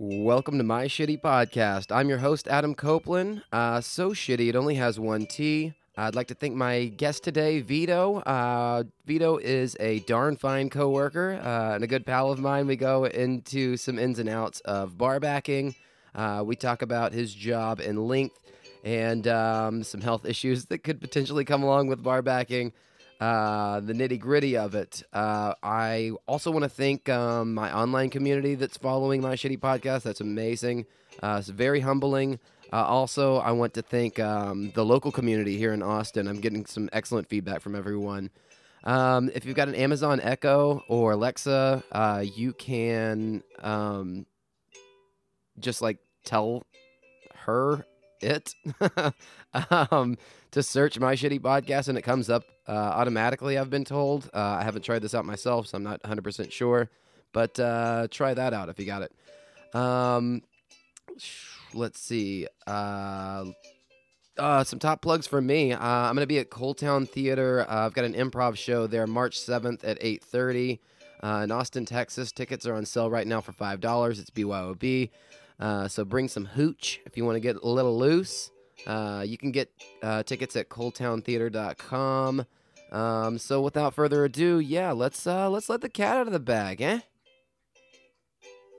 Welcome to my shitty podcast. I'm your host, Adam Copeland. Uh, so shitty, it only has one T. I'd like to thank my guest today, Vito. Uh, Vito is a darn fine coworker uh, and a good pal of mine. We go into some ins and outs of bar backing. Uh, we talk about his job in length and um, some health issues that could potentially come along with bar backing uh, the nitty gritty of it. Uh, I also want to thank um, my online community that's following my shitty podcast. That's amazing. Uh, it's very humbling. Uh, also, I want to thank um, the local community here in Austin. I'm getting some excellent feedback from everyone. Um, if you've got an Amazon Echo or Alexa, uh, you can um, just like tell her it um, to search my shitty podcast and it comes up uh, automatically i've been told uh, i haven't tried this out myself so i'm not 100% sure but uh, try that out if you got it um, sh- let's see uh, uh, some top plugs for me uh, i'm going to be at coaltown theater uh, i've got an improv show there march 7th at 8.30 uh, in austin texas tickets are on sale right now for $5 it's byob uh, so bring some hooch if you want to get a little loose. Uh, you can get uh, tickets at coldtowntheater.com. Um, so without further ado, yeah, let's uh, let's let the cat out of the bag, eh?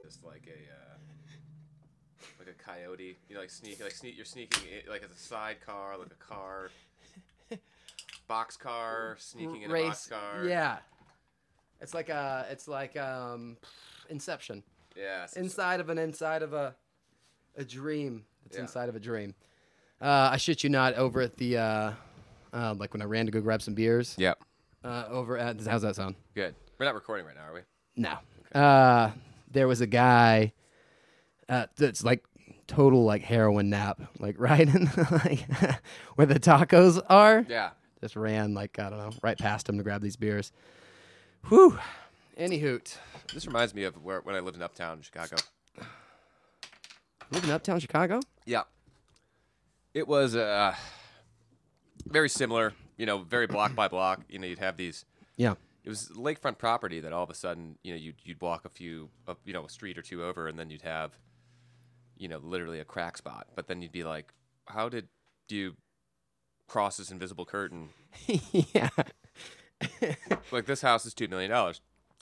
just like a uh, like a coyote. You know, like sneak, like sneak. You're sneaking in, like as a sidecar, like a car, box car, sneaking in a box car. yeah. It's like a, it's like um, Inception. yeah. some sort- inside of an inside of a a dream. It's Yeah. inside of a dream. Uh, I shit you not. Over at the uh, uh, like when I ran to go grab some beers. Yep. Uh, over at how's that sound? Good. We're not recording right now, are we? No. Uh, there was a guy uh, that's like total like heroin nap, like right in the, like where the tacos are. Yeah. Just ran like I don't know, right past him to grab these beers. Whew. Any hoot. This reminds me of where when I lived in Uptown Chicago. Living uptown Chicago. Yeah. It was uh, very similar. You know, very block by block. You know, you'd have these Yeah. it was lakefront property that all of a sudden you know you'd, you'd walk a few a, you know a street or two over and then you'd have you know literally a crack spot but then you'd be like how did you cross this invisible curtain yeah. like this house is two million dollars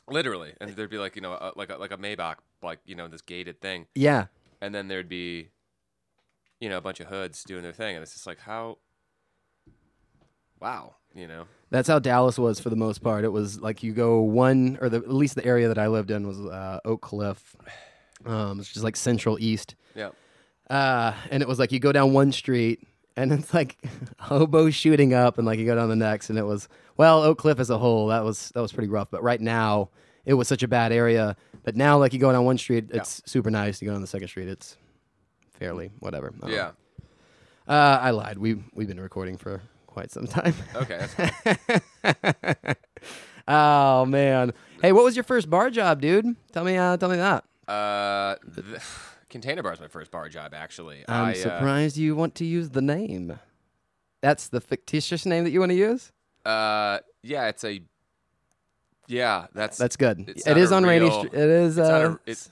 literally and there'd be like you know a, like a, like a maybach like you know this gated thing Yeah. and then there'd be you know a bunch of hoods doing their thing and it's just like how wow you know That's how Dallas was for the most part. It was like you go one, or the, at least the area that I lived in was uh, Oak Cliff, um, which is like central east. yeah Uh, and it was like you go down one street and it's like hobo shooting up, and like you go down the next, and it was well Oak Cliff as a whole that was that was pretty rough. But right now it was such a bad area. But now like you go down one street, it's super nice. You go down the second street, it's fairly whatever. I don't yeah know. Uh, I lied. We we've been recording for quite some time. okay that's oh man. Hey, what was your first bar job, dude? Tell me, uh, tell me that. Uh, th- Container Bar is my first bar job, actually. I'm I, uh, surprised you want to use the name. That's the fictitious name that you want to use. Uh, yeah, it's a. Yeah, that's That's good. It's it not is a on Rainy real- Street. It is. It's, not Uh, a, it's,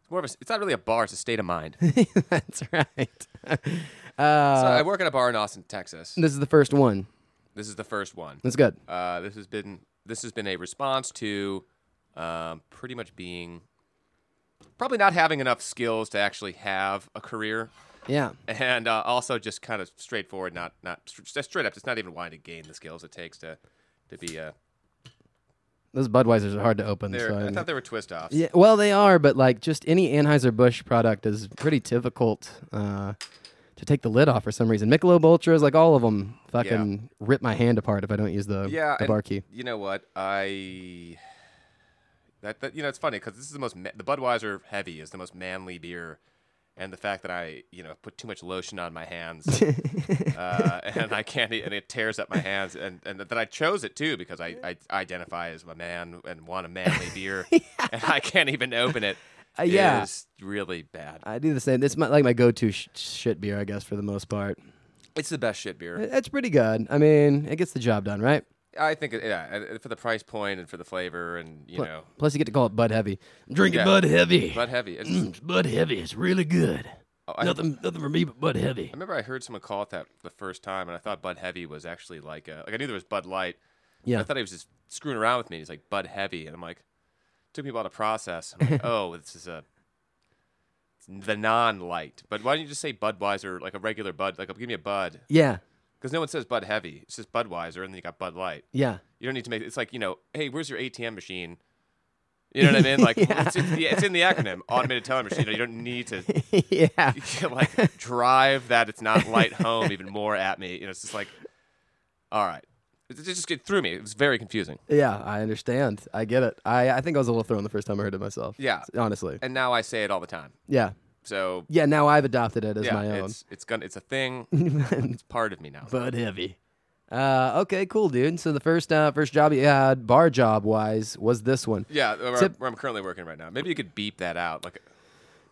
it's more of a. It's not really a bar. It's a state of mind. that's right. so Uh, I work at a bar in Austin, Texas. this is the first one. This is the first one. That's good. Uh, this has been this has been a response to, um, pretty much being, probably not having enough skills to actually have a career. Yeah. and uh, also just kind of straightforward, not not str- just straight up. It's not even wanting to gain the skills it takes to to be a. Those Budweisers are hard to open. They're, so I I'm- thought they were twist offs. Yeah, well, they are, but like just any Anheuser Busch product is pretty difficult uh, to take the lid off for some reason. Michelob Ultras, like all of them, fucking rip my hand apart if I don't use the Yeah, the and bar key. You know what? I that, that you know it's funny because this is the most ma- the Budweiser Heavy is the most manly beer, and the fact that I you know put too much lotion on my hands uh, and I can't eat- and it tears up my hands and and that I chose it too because I, I identify as a man and want a manly beer and I can't even open it. Uh, yeah. is really bad. I do the same. It's my, like my go-to sh- shit beer, I guess, for the most part. It's the best shit beer. Uh, It- It's pretty good. I mean, it gets the job done, right? I think it- yeah, and- and for the price point and for the flavor and you Pl- know, Plus, you get to call it Bud Heavy. I'm drinking Yeah. Bud Heavy. Bud Heavy. It's Mm, it's Bud Heavy. It's really good. oh, I, nothing, nothing for me but Bud Heavy. I remember I heard someone call it that the first time, and I thought Bud Heavy was actually like a, like I knew there was Bud Light. but Yeah. I thought he was just screwing around with me. He's like Bud Heavy, and I'm like, took me a while to process. I'm like, oh, this is a it's the non-light. But why don't you just say Budweiser, like a regular Bud, like give me a Bud, Yeah, because no one says Bud Heavy. It's just Budweiser, and then you got Bud Light. yeah. You don't need to make it's like you know, hey, where's your ATM machine? You know what I mean? Like it's, it's, the, it's in the acronym, automated teller machine. You don't need to yeah. like drive that it's not light home even more at me. You know, it's just like, all right, it, it just it threw me. It was very confusing. Yeah, I understand. I get it. I, I think I was a little thrown the first time I heard it myself. Yeah. Honestly. And now I say it all the time. Yeah. So Yeah, now I've adopted it as yeah, my own. it's it's gonna it's a thing. It's part of me now. Bud Heavy. Uh, okay, cool, dude. So the first uh, first job you had, bar job wise, was this one. yeah, where, Tip- where I'm currently working right now. Maybe you could beep that out. Like,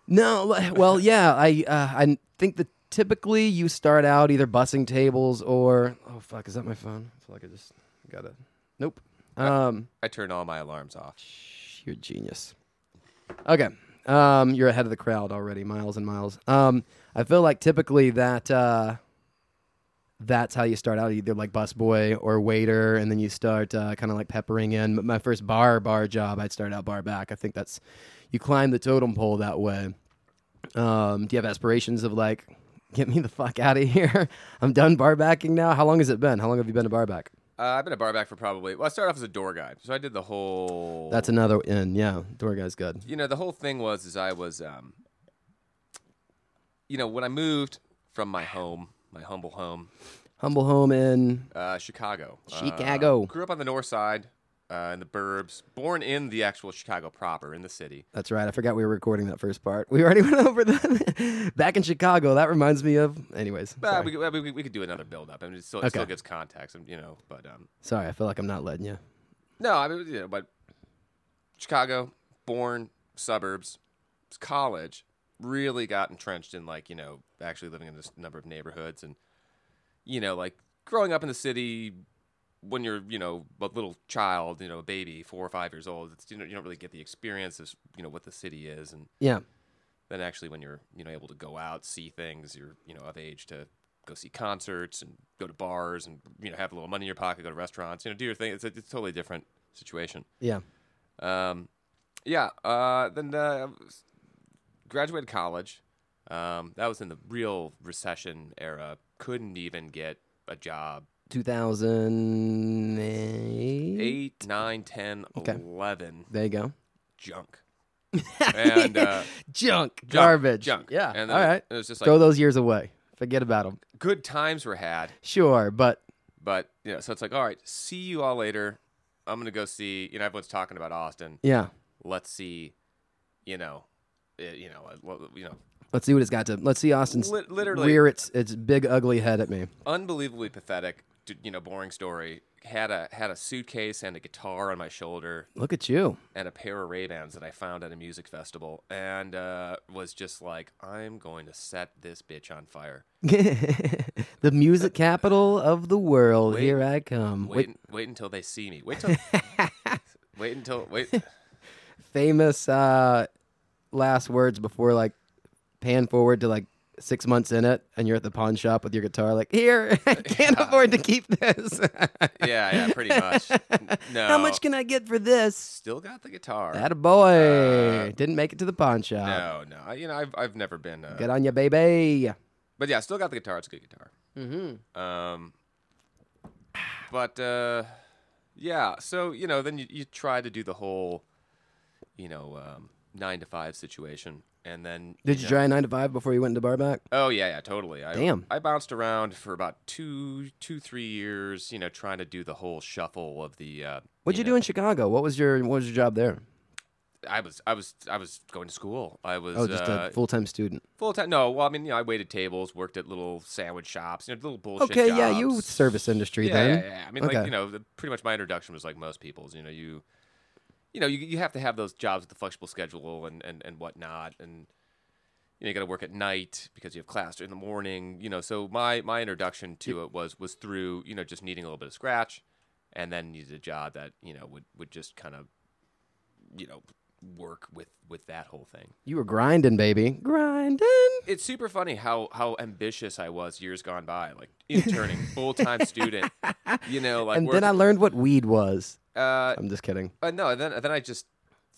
No, li- well, yeah, I uh, I think that typically you start out either bussing tables or oh fuck, is that my phone? I feel like I just gotta. Nope. Uh, Um, I turn all my alarms off. sh- you're a genius. Okay, um, you're ahead of the crowd already, miles and miles. Um, I feel like typically that uh, that's how you start out, either like busboy or waiter, and then you start uh, kind of like peppering in. But my first bar bar job, I'd start out bar back. I think that's you climb the totem pole that way. Um, do you have aspirations of like, get me the fuck out of here? I'm done bar backing now. How long has it been? How long have you been a bar back? Uh, I've been a bar back for probably. Well, I started off as a door guy, so I did the whole. That's another in. Yeah, door guy's good. you know the whole thing was is i was um you know when i moved from my home my humble home Humble home in. uh chicago uh, Chicago. grew up on the north side uh, in the burbs born in the actual chicago proper in the city That's right. I forgot we were recording that first part. We already went over that. Back in Chicago, that reminds me of. Anyways, but sorry. we, could- we, we could do another build up I mean, it still, it still Okay. gives context and, you know but um sorry, I feel like I'm not letting you. no i mean you know but chicago born suburbs college really got entrenched in like you know actually living in this number of neighborhoods and you know, like growing up in the city when you're, you know, a little child, you know, a baby, four or five years old, it's, you know, you don't really get the experience of, you know, what the city is. And Yeah. then actually when you're, you know, able to go out, see things, you're, you know, of age to go see concerts and go to bars and, you know, have a little money in your pocket, go to restaurants, you know, do your thing. It's a, it's a totally different situation. Yeah. Um, yeah. Uh, then uh, graduated college. Um, that was in the real recession era. Couldn't even get a job. 2008. Eight, nine, ten, Okay. eleven, There you go. junk. and uh, Junk. junk, Garbage. Junk. Yeah. And all it- right. It was just like Throw those years away. Forget about them. good times were had, Sure, but but you know, so it's like, all right, see you all later. I'm gonna go see. You know, everyone's talking about Austin. yeah. Let's see. You know, eh, you know, eh, well, you know, Let's see what it's got to. Let's see Austin's Lit- literally- rear its its big ugly head at me. unbelievably pathetic, d- you know, boring story. Had a had a suitcase and a guitar on my shoulder Look at you. and a pair of Ray Bans that I found at a music festival, and uh, was just like, I'm going to set this bitch on fire. the music capital of the world. Wait. Here I come. Wait, Wait. wait until they see me. Wait till, wait until, wait. Famous uh, last words before like pan forward to like six months in it, and you're at the pawn shop with your guitar. Like here, I can't afford to keep this. Yeah, yeah, pretty much. No, How much can I get for this? Still got the guitar. That uh, a Uh, boy didn't make it to the pawn shop. no, no. I- You know, I've I've never been. Uh, Good on you, baby. But yeah, still got the guitar. It's a good guitar. Mm-hmm. Um, but uh, yeah, so you know, then you, you try to do the whole, you know, um, nine to five situation, and then Did you know- try a nine to five before you went into barback? Oh yeah, yeah, totally. I, Damn. I bounced around for about two, two, three years. You know, trying to do the whole shuffle of the. Uh, What'd you do in Chicago? What was your What was your job there? do? I was, I was, I was going to school. I was Oh, just uh, a full time student. full time. No, well, I mean, you know, I waited tables, worked at little sandwich shops, you know, little bullshit. Okay, yeah, you jobs. service industry yeah, then. Yeah, yeah. I mean, Okay. like you know, the, pretty much my introduction was like most people's. You know, you, you know, you, you have to have those jobs with the flexible schedule and and and whatnot, and you know, you got to work at night because you have class in the morning. You know, so my my introduction to it was was through you know just needing a little bit of scratch, and then needed a job that you know would would just kind of you know work with with that whole thing. You were grinding, baby. Grinding. It's super funny how how ambitious I was years gone by, like interning, full time student. You know, like and then I learned what weed was. I uh, I'm just kidding. uh, no, and then then I just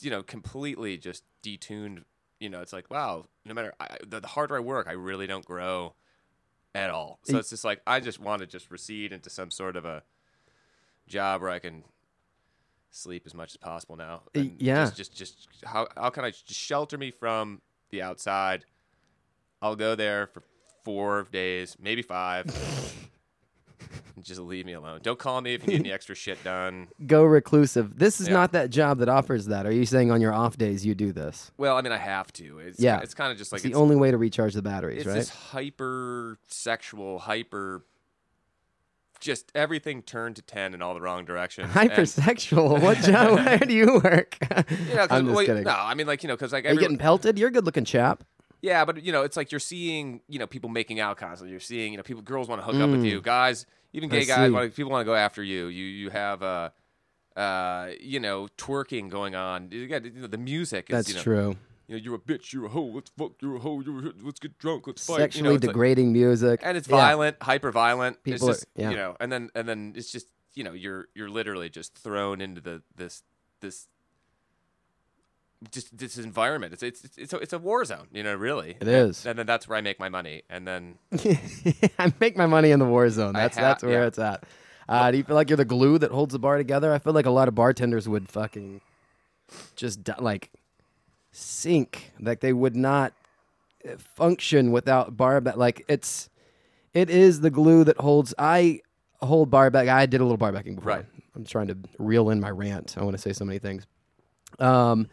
you know completely just detuned. You know, it's like wow, no matter I, the, the harder I work, I really don't grow at all. So it's just like I just want to just recede into some sort of a job where I can sleep as much as possible now. Y- and yeah. just, just just how how can I just shelter me from the outside? I'll go there for four days, maybe five. and just leave me alone. Don't call me if you need any extra shit done. Go reclusive. This is Yeah. not that job that offers that. Are you saying on your off days you do this? Well, I mean, I have to. It's Yeah. it's kind of just like it's the it's, only way to recharge the batteries, it's right? this hyper sexual, hyper, just everything turned to ten in all the wrong directions. and- Hypersexual. what job? Where do you work? You know, 'cause- I'm just well, kidding. No, I mean like you know because like Are you everyone- getting pelted? You're a good looking chap. Yeah, but you know, it's like you're seeing, you know, people making out constantly. You're seeing, you know, people, girls want to hook up with you, guys, even Mm. I gay guys, see. wanna, people want to go after you. You you have, uh, uh, you know, twerking going on. You got you know, the music. Is, That's you know, true. You know, you're a bitch. You're a hoe. Let's fuck. You're a hoe. You're a, let's get drunk. Let's fight. Sexually you know, it's like- degrading music. and it's Yeah. violent, hyper violent. People are- it's just, yeah. you know, and then and then it's just you know you're you're literally just thrown into the this this just this environment. It's it's it's a, it's a war zone, you know, really. It is. And then that's where I make my money, and then I make my money in the war zone. I That's ha- that's where yeah. it's at. Uh, do you feel like you're the glue that holds the bar together? I feel like a lot of bartenders would fucking just di- like sink. Like they would not uh, function without bar. But like it's it is the glue that holds. I hold bar back. I did a little bar backing before. Right. I'm trying to reel in my rant. I want to say so many things. Um,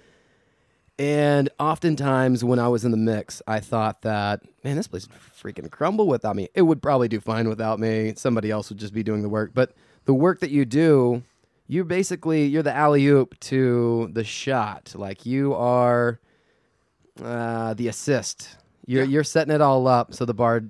and oftentimes when I was in the mix, I thought that, man, this place would freaking crumble without me. It would probably do fine without me. Somebody else would just be doing the work. But the work that you do, you're basically you're the alley oop to the shot. Like you are uh, the assist. You're you're setting it all up so the bar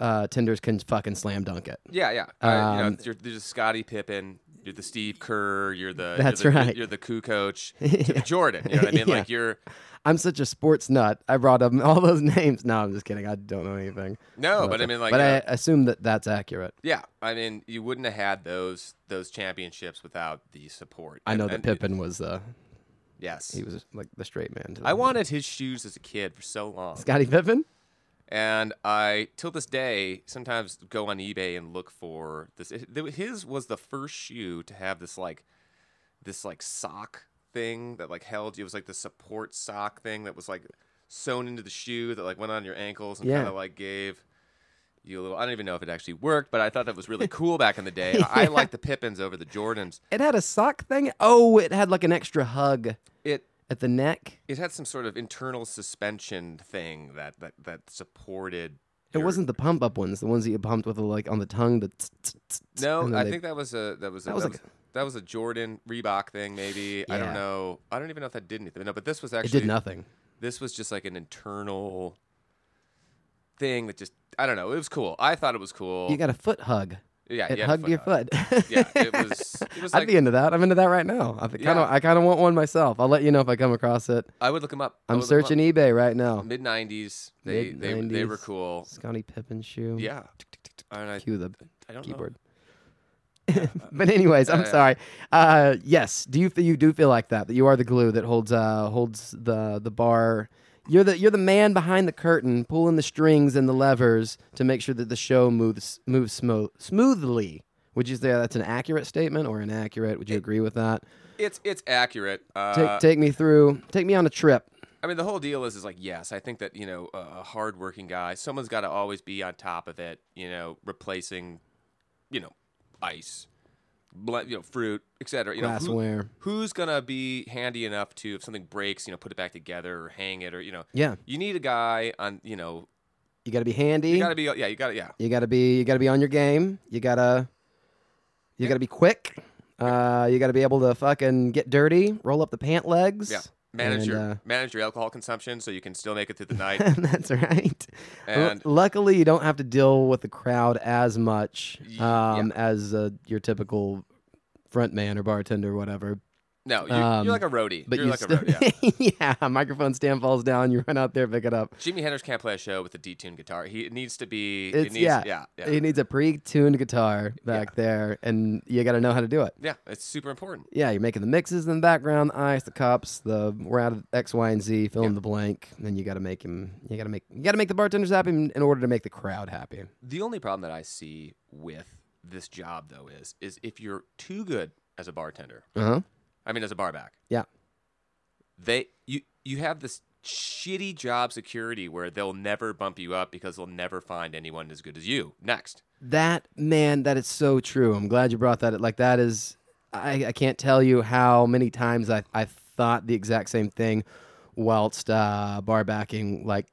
uh, tenders can fucking slam dunk it. yeah, yeah. Uh, you Um, know, you're, you're the Scotty Pippen, you're the Steve Kerr, you're the That's you're the, right. You're the coup coach, to the Jordan. You know what I mean? Yeah. Like you're I'm such a sports nut. I brought up all those names. No, I'm just kidding. I don't know anything. no, about but I that. mean like uh, but you know, I assume that that's accurate. Yeah, I mean, you wouldn't have had those those championships without the support. I And- know that and- Pippen was uh, Yes, he was like the straight man. To I them. wanted his shoes as a kid for so long, Scottie Pippen. and I till this day sometimes go on eBay and look for this. His was the first shoe to have this like this like sock thing that like held you. It was like the support sock thing that was like sewn into the shoe that like went on your ankles and Yeah. kind of like gave you a little. I don't even know if it actually worked, but I thought that was really cool back in the day. I I liked the Pippins over the Jordans. It had a sock thing. Oh, it had like an extra hug It at the neck. it had some sort of internal suspension thing that that that supported. It your- wasn't the pump up ones, the ones that you pumped with the, like on the tongue. The tss, tss, tss, tss, No, and then I they- think that was a that That was a, that was was, like- that was a Jordan Reebok thing. Maybe I Yeah. don't know. I don't even know if that did anything. No, but this was it actually did nothing. this was just like an internal thing that just I don't know. It was cool. I thought it was cool. You got a foot hug. yeah, It you had a hugged your hug. foot. Yeah, it was. It was I'd like be into that. I'm into that right now. I kind of, Yeah. Oh, I kind of want one myself. I'll let you know if I come across it. I would look them up. I I'm would look 'em up. searching eBay right now. Mid '90s. They they they were Mid-nineties. cool. Scottie Pippen shoe. Yeah. And I, Cue the I don't keyboard. know. but anyways, I'm Yeah, yeah. sorry. Uh, yes, do you feel you do feel like that? That you are the glue that holds uh, holds the the bar. You're the you're the man behind the curtain, pulling the strings and the levers to make sure that the show moves moves smo- smoothly. Would you say that's an accurate statement or inaccurate? Would you agree with that? It's it's accurate. Uh, Take take me through. Take me on a trip. I mean, the whole deal is is like, yes, I think that you know, a, a hardworking guy, someone's got to always be on top of it. You know, replacing, you know, ice, ble- you know, fruit, etc. You know, who, Glassware. who's gonna be handy enough to, if something breaks, you know, put it back together or hang it or you know, Yeah, you need a guy on, you know, you got to be handy. you gotta be, yeah, you gotta, yeah, You gotta be you gotta be on your game. You gotta you gotta be quick. Uh, you gotta be able to fucking get dirty, roll up the pant legs. yeah. Manage And, your uh, manage your alcohol consumption so you can still make it through the night. That's right. Lu- And- luckily, you don't have to deal with the crowd as much Y- um, as uh, your typical front man or bartender or whatever. No, you're, Um, you're like a roadie. But you're you like still, a roadie. Yeah. yeah. microphone stand falls down. You run out there, pick it up. Jimi Hendrix can't play a show with a detuned guitar. He it needs to be. It's- it needs, yeah. yeah, yeah, He needs a pre-tuned guitar back there, and you got to know how to do it. Yeah, It's super important. Yeah, you're making the mixes in the background, the ice, the cups, the we're out of X, Y, and Z. Fill in Yeah. the blank. Then you got to make him. You got to make. You got to make the bartenders happy in in order to make the crowd happy. The only problem that I see with this job though is is if you're too good as a bartender. Uh huh. I mean, as a barback. Yeah. They you you have this shitty job security where they'll never bump you up because they'll never find anyone as good as you. Next. That man, that is so true. I'm glad you brought that. up. Like that is, I, I can't tell you how many times I I thought the exact same thing, whilst uh, bar backing. Like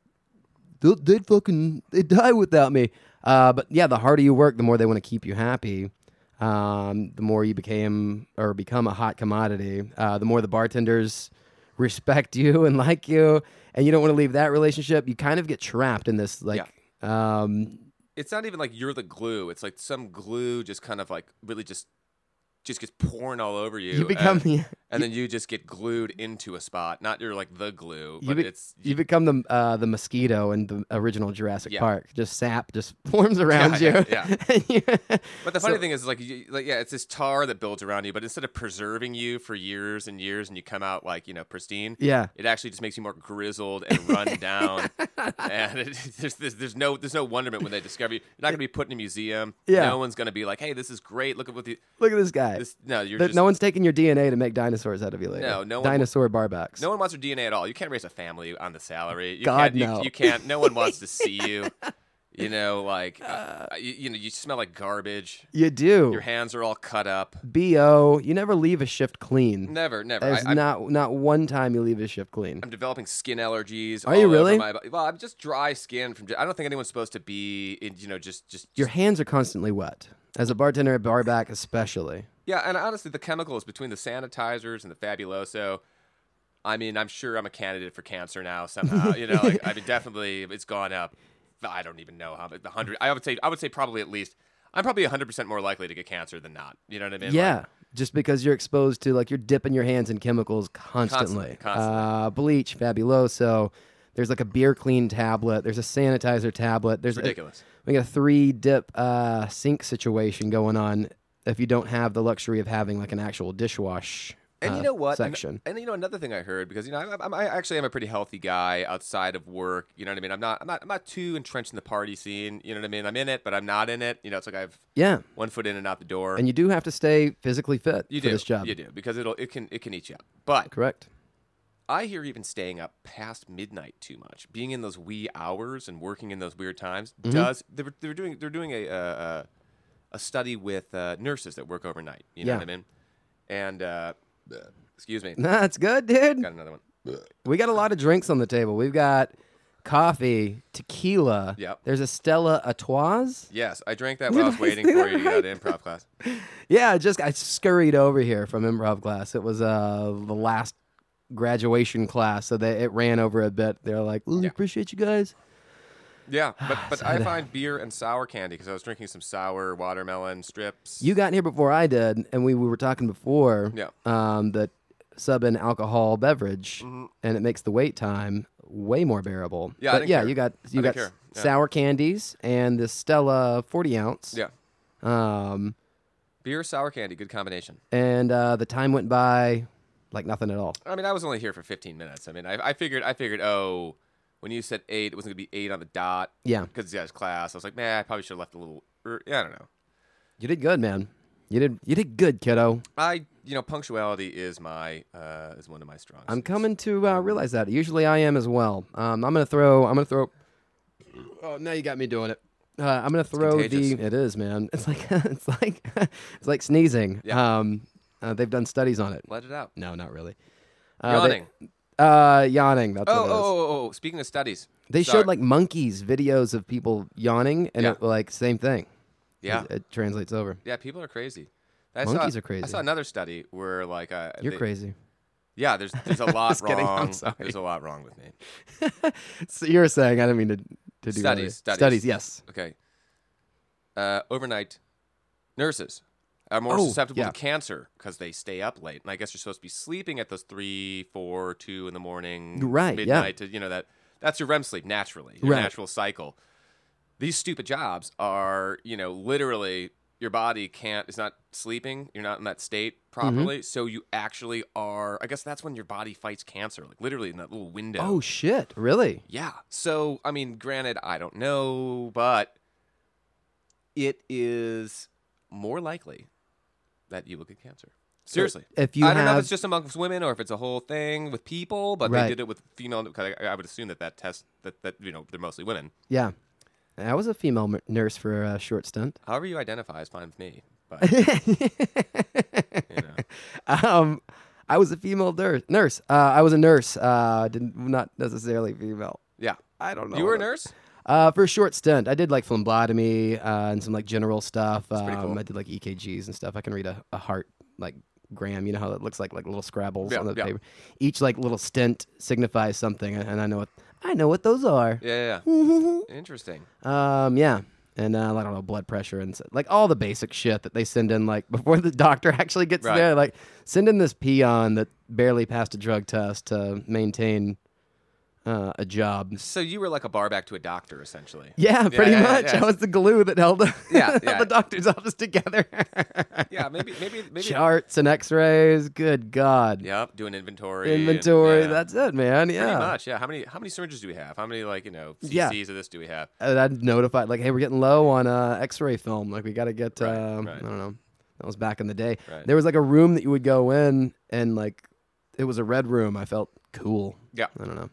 they they'd fucking they die without me. Uh, but yeah, the harder you work, the more they want to keep you happy. Um, the more you became or become a hot commodity, uh, the more the bartenders respect you and like you, and you don't want to leave that relationship. You kind of get trapped in this like. Um, It's not even like you're the glue. It's like some glue just kind of like really just just gets pouring all over you. uh, you become and, the and then you just get glued into a spot. Not you're like the glue, You but be- it's You become the uh, the mosquito in the original Jurassic Yeah. Park. Just sap just forms around yeah, you. yeah. But the funny So- thing is, like, you, like, yeah, it's this tar that builds around you. But instead of preserving you for years and years, and you come out like you know pristine, it actually just makes you more grizzled and run down. and it, there's, there's there's no there's no wonderment when they discover you. You're not gonna be put in a museum. Yeah. No one's gonna be like, hey, this is great. Look at what the Look at this guy. this. No, you're Th- just no one's taking your DNA to make dinosaurs out of you later. No, no one will- Dinosaur barbacks. No one wants your DNA at all. You can't raise a family on the salary. You God, can't, you- no. You, can't. No one wants to see you. You know, like uh, you, you know, you smell like garbage. You do. Your hands are all cut up. Bo. You never leave a shift clean. Never, never. There's I, I'm, not not one time you leave a shift clean. I'm developing skin allergies. Are you all over really? my bo- well, I'm just dry skin from. I don't think anyone's supposed to be in. You know, just just. your hands are constantly wet. As a bartender at barback, especially. yeah, and honestly, the chemicals between the sanitizers and the Fabuloso. I mean, I'm sure I'm a candidate for cancer now somehow. You know, like, I mean, definitely it's gone up. I don't even know how the hundred. I would say I would say probably at least. I'm probably 100% more likely to get cancer than not. You know what I mean? Like, Yeah, just because you're exposed to like you're dipping your hands in chemicals constantly. Constantly, constantly. Uh, bleach, fabuloso. There's like a beer clean tablet. There's a sanitizer tablet. There's a- ridiculous. we got a three dip uh, sink situation going on. If you don't have the luxury of having like an actual dishwash, And uh, you know what? An- section. And, you know another thing I heard because you know I, I, I actually am a pretty healthy guy outside of work. You know what I mean? I'm not I'm not I'm not too entrenched in the party scene. You know what I mean? I'm in it, but I'm not in it. You know, it's like I've Yeah, one foot in and out the door. and you do have to stay physically fit you for do this job. You do because it'll it can it can eat you up. But Correct. I hear even staying up past midnight too much, being in those wee hours and working in those weird times Mm-hmm. does. They were, they were doing they're doing a uh, uh, a study with uh, nurses that work overnight. You know Yeah. what I mean? And uh, excuse me, That's good, dude. got another one. We got a lot of drinks on the table. We've got coffee, tequila. Yep. There's a Stella Artois. Yes, I drank that while I was I waiting say for that you to get out of improv class. Yeah, I just I scurried over here from improv class. It was uh the last graduation class, so they it ran over a bit. They're like, "Ooh, Yeah. appreciate you guys." Yeah, but but Ah, So I the- find beer and sour candy because I was drinking some sour watermelon strips. You got in here before I did, and we, we were talking before. Yeah. Um, that sub in alcohol beverage, and it makes the wait time way more bearable. Mm-hmm. Yeah, I but didn't yeah, care. you got you didn't got care. Yeah. sour candies and the Stella forty ounce. yeah, Um, beer sour candy, good combination. and uh, the time went by like nothing at all. I mean, I was only here for 15 minutes. I mean, I, I figured, I figured, oh, when you said eight, it was gonna be eight on the dot. Yeah. because you guys class. I was like, man, I probably should have left a little. er, Yeah, I don't know. You did good, man. You did you did good, kiddo. I, you know, punctuality is my uh, is one of my strong. I'm suits. coming to uh, realize that. Usually I am as well. Um, I'm gonna throw. I'm gonna throw. Oh, now you got me doing it. Uh, I'm gonna throw the. contagious. It is, man. It's like it's like it's like sneezing. Yeah. Um, uh, they've done studies on it. Let it out. No, not really. Uh, they- Yawning. uh, yawning. That's oh, what it is. oh, oh, oh, oh, Speaking of studies, They sorry. showed like monkeys videos of people yawning, and Yeah. it, like same thing. yeah, it, it translates over. Yeah, people are crazy. I Monkeys saw, are crazy. I saw another study where like uh, You're they- crazy. Yeah, there's there's a lot Just kidding, I'm wrong. sorry. There's a lot wrong with me. So you were saying I didn't mean to. To do Studies, earlier. studies. studies, yes. Okay. Uh, overnight nurses are more Oh, susceptible yeah. to cancer because they stay up late. And I guess you're supposed to be sleeping at those three, four, two in the morning, Right, yeah. midnight. To, you know that that's your REM sleep naturally, your Right. natural cycle. These stupid jobs are, you know, literally your body can't is not sleeping. You're not in that state Mm-hmm. properly, so you actually are. I guess that's when your body fights cancer, like literally in that little window. Oh shit! Really? Yeah. So, I mean, granted, I don't know, but it is more likely that you will get cancer. Seriously. If you I don't have, know if it's just amongst women or if it's a whole thing with people, but Right. they did it with female because I, I would assume that that test that, that you know they're mostly women. yeah. I was a female m- nurse for a short stunt. However you identify is fine with me. But you know, um, I was a female nurse. Nurse. Uh, I was a nurse. Uh, didn't not necessarily female. yeah, I don't know. you were a what I- nurse. Uh, for a short stint, I did like phlebotomy uh, and some like general stuff. pretty Um, cool. I did like EKGs and stuff. I can read a, a heart like gram. You know how it looks like like little scrabbles Yeah, on the yeah. paper. Each like little stint signifies something, and and I know what I know what those are. Yeah, yeah. Interesting. Um, yeah. And uh, I don't know, blood pressure and s- like all the basic shit that they send in, like before the doctor actually gets Right. there, like send in this peon that barely passed a drug test to maintain uh, a job. So you were like a bar back to a doctor, essentially. Yeah, pretty yeah, yeah, much. yeah. I was the glue that held the, Yeah, held yeah. the doctor's office together. Yeah, maybe, maybe, maybe. Charts and x rays. Good God. Yep, doing inventory. and- Inventory. yeah. That's it, man. Yeah. Pretty much, yeah. How many how many syringes do we have? How many like you know CCs Yeah. of this do we have? And I'd notified, like, hey, we're getting low on uh, x ray film. Like, we got to get, Right, um, right. I don't know. That was back in the day. Right. There was like a room that you would go in and, like, it was a red room. I felt cool. Yeah. I don't know.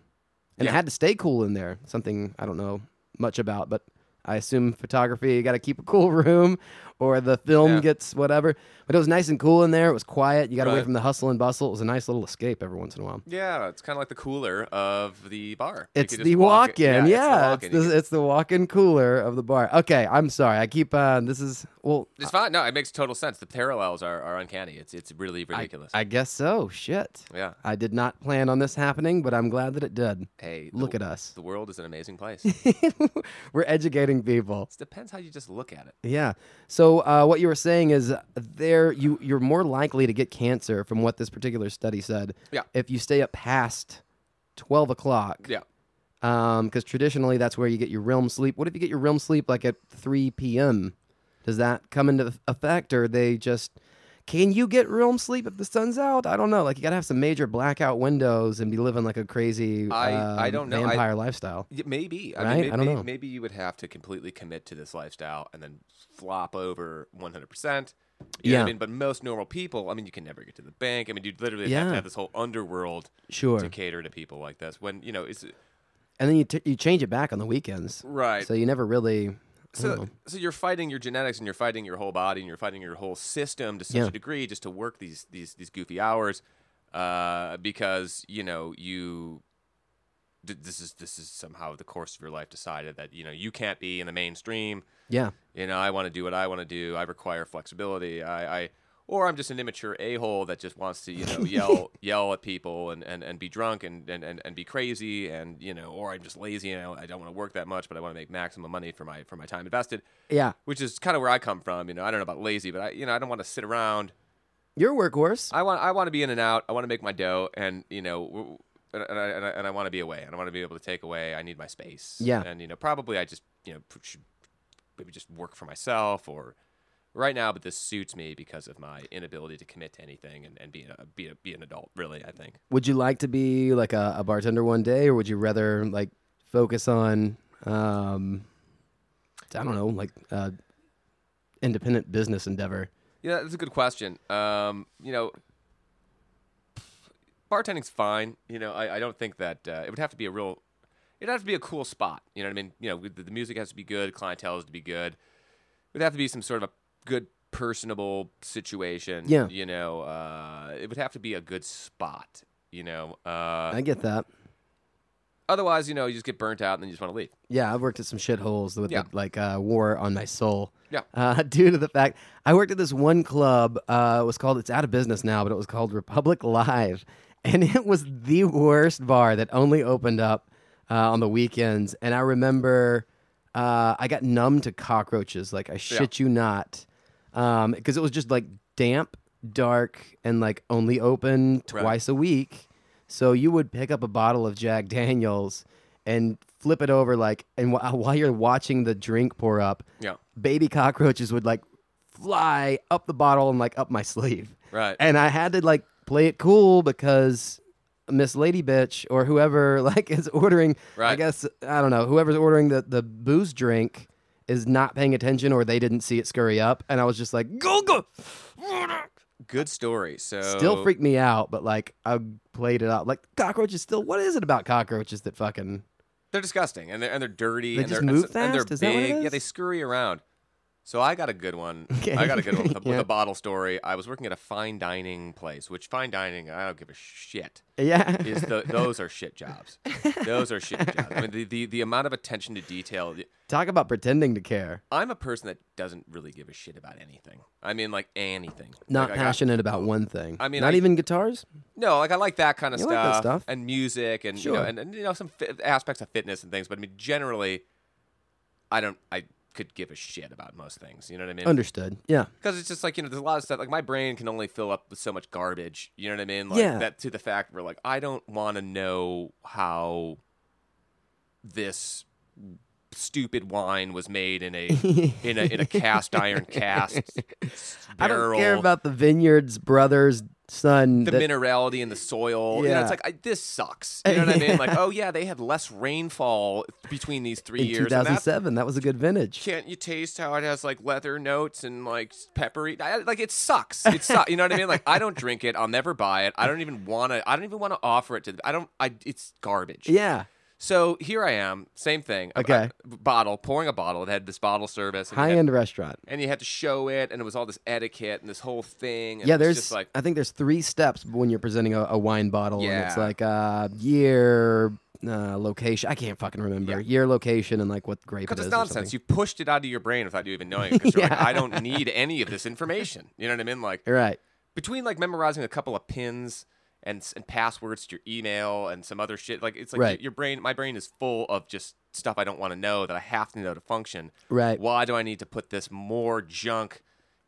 And Yeah. I had to stay cool in there. Something I don't know much about, but I assume photography, you got to keep a cool room or the film Yeah. gets whatever. But it was nice and cool in there. It was quiet. You got away Right. from the hustle and bustle. It was a nice little escape every once in a while. Yeah, it's kind of like the cooler of the bar. You It's could just the walk in- walk-in, yeah. it's the walk-in. It's the, You it's the walk-in cooler of the bar. Okay, I'm sorry. I keep uh, this is well, can- it's fine. No, it makes total sense. The parallels are, are uncanny. It's it's really ridiculous. I guess so. Shit, yeah. I did not plan on this happening, but I'm glad that it did. Hey, the, Look at us. the world is an amazing place. We're educating people. it depends how you just look at it. Yeah. So uh, what you were saying is there you you're more likely to get cancer from what this particular study said. Yeah. If you stay up past twelve o'clock. Yeah. Because Um, traditionally that's where you get your REM sleep. What if you get your REM sleep like at three p.m.? Does that come into effect, or they just can you get REM sleep if the sun's out? I don't know. Like you gotta have some major blackout windows and be living like a crazy I- I um, don't know. I- vampire lifestyle. Yeah, Maybe. I Right? mean, maybe, I don't know. maybe you would have to completely commit to this lifestyle and then flop over 100%. You know what Yeah. I mean, but most normal people, I mean, you can never get to the bank. I mean, you literally have Yeah. to have this whole underworld Sure. to cater to people like this. When, you know, it's And then you t- you change it back on the weekends. right. So So, you never really. so, you're fighting your genetics and you're fighting your whole body and you're fighting your whole system to such Yeah. a degree just to work these, these, these goofy hours uh, because, you know, you. th- This is this is somehow the course of your life decided that you know you can't be in the mainstream. Yeah. you know i want to do what i want to do i require flexibility i, I or i'm just an immature a-hole that just wants to you know yell yell at people and, and, and be drunk and, and, and, and be crazy and you know or i'm just lazy and I don't, I don't want to work that much but i want to make maximum money for my for my time invested Yeah. which is kind of where i come from you know i don't know about lazy but i you know i don't want to sit around You're a workhorse. I want I want to be in and out. I want to make my dough, and you know, w- and, and I, and I, and I want to be away. And I want to be able to take away. I need my space. Yeah. And you know, probably I just you know pr- should maybe just work for myself or right now. But this suits me because of my inability to commit to anything and, and be a, be a, be an adult. Really, I think. Would you like to be like a, a bartender one day, or would you rather like focus on, um, I don't know, like uh, independent business endeavor? Yeah, that's a good question. Um, you know, bartending's fine. You know, I, I don't think that uh, it would have to be a real. It'd have to be a cool spot. You know what I mean? You know, the, the music has to be good, clientele has to be good. It'd have to be some sort of a good, personable situation. Yeah. You know, uh, it would have to be a good spot. You know, uh, I get that. otherwise, you know, you just get burnt out and then you just want to leave. Yeah, I've worked at some shitholes with Yeah. like uh, war on my soul. Yeah. Uh, due to the fact I worked at this one club. Uh, it was called. It's out of business now, but it was called Republic Live, and it was the worst bar that only opened up uh, on the weekends. And I remember uh, I got numb to cockroaches. Like I shit you not. because it was just like damp, dark, and like only open Right. twice a week. So you would pick up a bottle of Jack Daniels and flip it over like, and wh- while you're watching the drink pour up, Yeah. baby cockroaches would like fly up the bottle and like up my sleeve. Right. And I had to like play it cool because Miss Lady Bitch or whoever like is ordering I Right. guess I don't know, whoever's ordering the, the booze drink is not paying attention or they didn't see it scurry up and I was just like go go Good story. So still freaked me out, but like I played it out. Like cockroaches still what is it about cockroaches that fucking They're disgusting, and they're and they're dirty. They and just they're, move and, so- and fast? they're Is that what it big. Yeah, is? they scurry around. So I got a good one. Okay. I got a good one with a, with Yeah. a bottle story. I was working at a fine dining place, which fine dining I don't give a shit. Yeah. Is the, those are shit jobs. Those are shit jobs. I mean, the, the the amount of attention to detail. the- Talk about pretending to care. I'm a person that doesn't really give a shit about anything. I mean, like anything. Not Like, I got- passionate about one thing. I mean, not I- even guitars? No, like I like that kind of You like stuff, that stuff. and music and you Sure. know and, and you know some fit, aspects of fitness and things. But I mean, generally, I don't. I could give a shit about most things. You know what I mean? Understood. Yeah. Because it's just like you know, there's a lot of stuff. Like my brain can only fill up with so much garbage. You know what I mean? Like Yeah. That to the fact where like I don't want to know how this stupid wine was made in a in a in a cast iron cast I barrel don't care about the vineyards brothers son the that- minerality in the soil. You know, Yeah. it's like I, this sucks. You know what I mean? Like, oh yeah, they had less rainfall between these three in years. and that's- 2007. That was a good vintage. can't you taste how it has like leather notes and like peppery? I, like it sucks. It sucks. You know what I mean? Like I don't drink it. I'll never buy it. I don't even want to. I don't even want to offer it to. I don't. I. It's garbage. Yeah. So here I am. Same thing. A- Okay. a bottle. Pouring a bottle. It had this bottle service. and you High had- end restaurant. And you had to show it, and it was all this etiquette and this whole thing. And Yeah, it was there's just like I think there's three steps when you're presenting a, a wine bottle and it's Yeah. like uh year uh, location. I can't fucking remember. Yeah. Year location and like what grape it Because is. it's or nonsense. something. You pushed it out of your brain without you even knowing it. Because you're like, Yeah. I don't need any of this information. You know what I mean? Like You're right. between like memorizing a couple of pins and s- and passwords to your email and some other shit. Like it's like Right. your brain. My brain is full of just stuff I don't want to know that I have to know to function. Right. Why do I need to put this more junk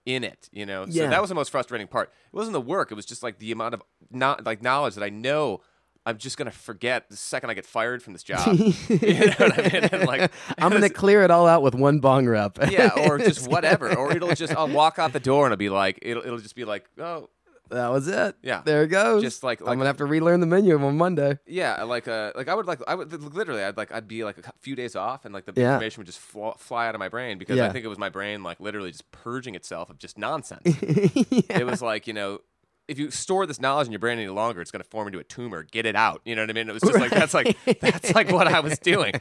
in it? You know. Yeah. So that was the most frustrating part. It wasn't the work. It was just like the amount of not like knowledge that I know. I'm just gonna forget the second I get fired from this job. you know what I mean? And, like I'm gonna clear it all out with one bong rep. yeah, or just whatever, or it'll just I'll walk out the door and it'll be like it'll it'll just be like oh that was it. Yeah. There it goes. Just like- I'm like- gonna have to relearn the menu on Monday. yeah like uh like I would like I would literally I'd like I'd be like a cou- few days off and like the Yeah. information would just fly, fly out of my brain because Yeah. I think it was my brain like literally just purging itself of just nonsense. yeah. It was like you know. If you store this knowledge in your brain any longer, it's going to form into a tumor. Get it out. You know what I mean? It was just like that's like that's like what I was doing,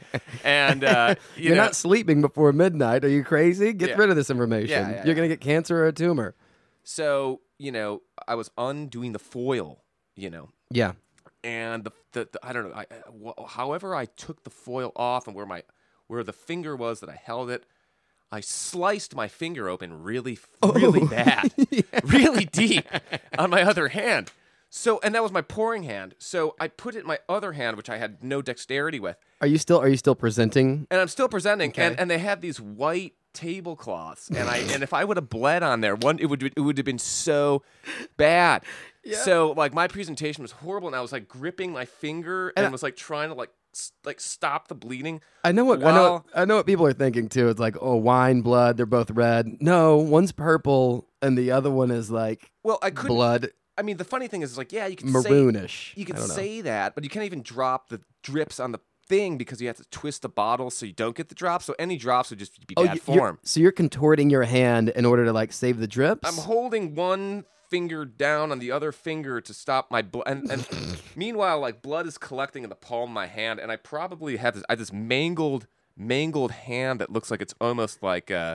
and uh, you You are know, not sleeping before midnight. Are you crazy? Get Yeah. rid of this information. Yeah, yeah, You're gonna get cancer or a tumor. so you know, I was undoing the foil. You know, Yeah. and the, the, the I don't know. I, I- wh- however, I took the foil off and where my where the finger was that I held it, I sliced my finger open really, really bad, really deep on my other hand. So, and that was my pouring hand. So I put it in my other hand, which I had no dexterity with, Are you still are you still presenting? and I'm still presenting. And, and they had these white tablecloths, and I and if I would have bled on there, one it would it would have been so bad. So like my presentation was horrible, and I was like gripping my finger and, was like trying to like s- like stop the bleeding. I know what I know. Well- I know what people are thinking too. It's like, oh, wine, blood. They're both red. No, one's purple and the other one is like Well, I couldn't. blood I mean, the funny thing is like yeah, you can say maroonish. you can I don't know. say that, but you can't even drop the drips on the thing because you have to twist the bottle so you don't get the drops. So any drops would just be Oh, bad you- you're- form. so you're contorting your hand in order to like save the drips. I'm holding one finger down on the other finger to stop my blood. And, and meanwhile, like blood is collecting in the palm of my hand, and I probably have this. I have this mangled, mangled hand that looks like it's almost like. Uh,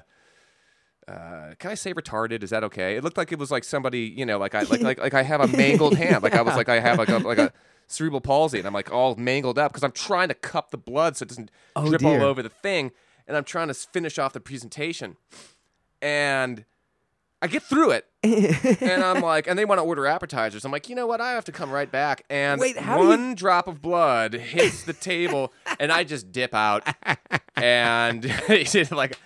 uh, can I say retarded? Is that okay? It looked like it was like somebody, you know, like I like like, like I have a mangled hand. Like I was like I have like a like a cerebral palsy, and I'm like all mangled up because I'm trying to cup the blood so it doesn't Oh, drip dear. all over the thing, and I'm trying to s- finish off the presentation, and I get through it, and I'm like, and they want to order appetizers. I'm like, you know what? I have to come right back. And Wait, how do you- one drop of blood hits the table, and I just dip out, and it's just like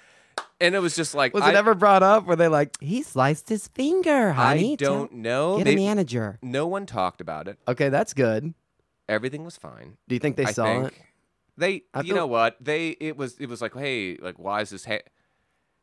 and it was just like Was I, it ever brought up? Were they like, He sliced his finger, honey. I don't know. Tell- get They- a manager. no one talked about it. okay, that's good? Everything was fine. Do you think they I saw think it? they. I you feel- know what? They. It was. It was like, hey, like, why is this? Ha-?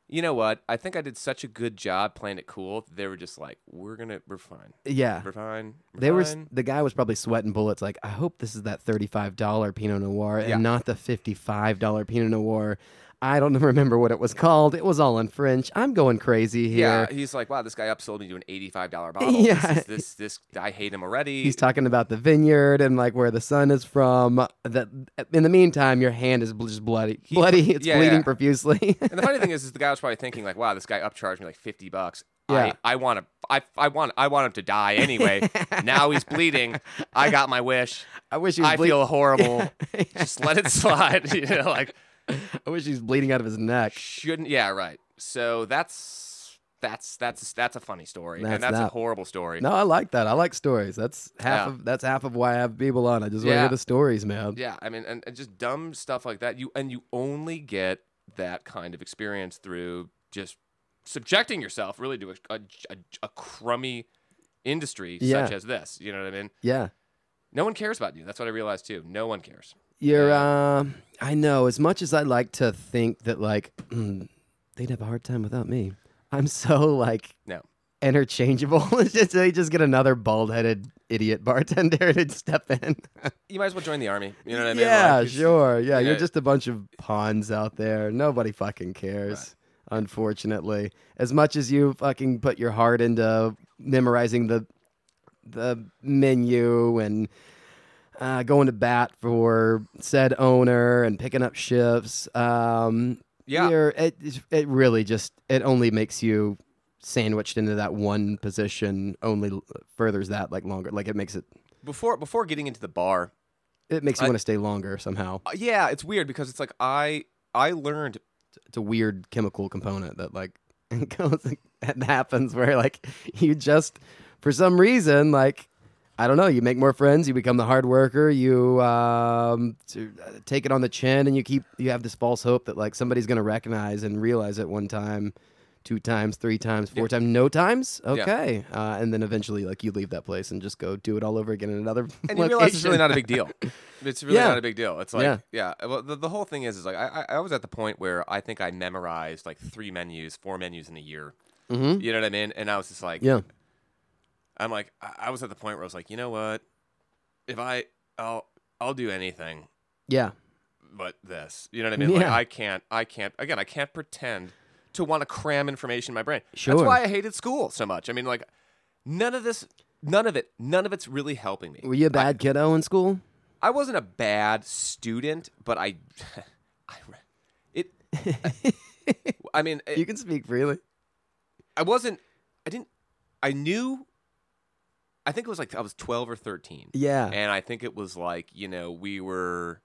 You know what? I think I did such a good job playing it cool. They were just like, we're gonna. We're fine. Yeah. We're fine. We're They were s- fine." the guy was probably sweating bullets. Like, I hope this is that thirty-five dollar Pinot Noir and Yeah. not the fifty-five dollar Pinot Noir. I don't remember what it was called. It was all in French. I'm going crazy Yeah, here. he's like, wow, this guy upsold me to an eighty-five dollar bottle. Yeah. This, is, this, this, I hate him already. He's talking about the vineyard and like where the sun is from. That in the meantime, your hand is bl- just bloody, bloody. It's yeah, bleeding yeah. profusely. and the funny thing is, is the guy was probably thinking like, wow, this guy upcharged me like fifty bucks. Yeah. I, I want to, I, I want, I want him to die anyway. now he's bleeding. I got my wish. I wish he was I ble- feel horrible. Just let it slide. you know, like I wish he was bleeding out of his neck. shouldn't. Yeah, right. So that's that's that's that's a funny story, That's and that's a that. horrible story. No, I like that. I like stories. That's half Yeah. of that's half of why I have people on. I just want to Yeah. hear the stories, man. Yeah, I mean, and, and just dumb stuff like that. You and you only get that kind of experience through just subjecting yourself really to a, a, a, a crummy industry Yeah. such as this. You know what I mean? Yeah. No one cares about you. That's what I realized too. No one cares. You're, um, I know, as much as I like to think that, like, mm, they'd have a hard time without me, I'm so, like, No. interchangeable. It's just, they just get another bald headed idiot bartender to step in. You might as well join the army. You know what I mean? yeah, Like, it's- sure. Yeah, you you're know- just a bunch of pawns out there. Nobody fucking cares, unfortunately. As much as you fucking put your heart into memorizing the the menu and uh, going to bat for said owner and picking up shifts, um, Yeah. you're, it it really just it only makes you sandwiched into that one position. Only l- furthers that like longer. Like it makes it Before before getting into the bar, it makes you I- want to stay longer somehow. uh, yeah, it's weird because it's like I I learned it's a weird chemical component that like goes and happens where like you just for some reason like I don't know you make more friends you become the hard worker you um, t- uh, take it on the chin and you keep you have this false hope that like somebody's gonna recognize and realize it one time two times three times four times no times okay uh, and then eventually like you leave that place and just go do it all over again in another and you realize it's location. really not a big deal. It's really Yeah. not a big deal. It's like Yeah. yeah. Well, the, the whole thing is is like I, I I was at the point where I think I memorized like three menus, four menus in a year. Mhm. You know what I mean? And I was just like, yeah I'm like I, I was at the point where I was like, you know what? If I I'll I'll do anything yeah but this. You know what I mean? Like Yeah. I can't I can't again I can't pretend to want to cram information in my brain. Sure. That's why I hated school so much. I mean like none of this none of it none of it's really helping me. were you a bad kiddo in school I wasn't a bad student, but I, I re- it. I, mean, it- you can speak freely I wasn't. I didn't. I knew. I think it was like I was twelve or thirteen, yeah and I think it was like you know we were.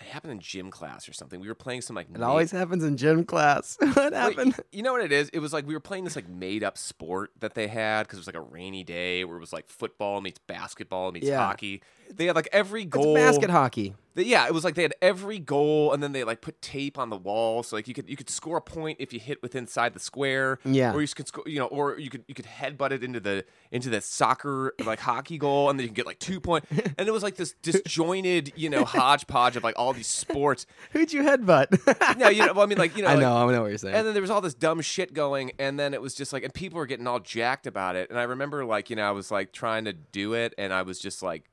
It happened in gym class or something. We were playing some like. It always happens in gym class. what happened? you know what it is? It was like we were playing this like made up sport that they had because it was like a rainy day where it was like football meets basketball meets Yeah. hockey. They had like every It's goal. basket hockey. They- yeah, it was like they had every goal, and then they like put tape on the wall, so like you could you could score a point if you hit with inside the square. Yeah. or you could score, you know, or you could you could headbutt it into the into the soccer like hockey goal, and then you could get like two point. And it was like this disjointed, you know, hodgepodge of like all these sports. Who'd you headbutt? No, you know, well, I mean, like you know, I like- know, I know what you're saying. and then there was all this dumb shit going, and then it was just like, and people were getting all jacked about it. And I remember, like, you know, I was like trying to do it, and I was just like,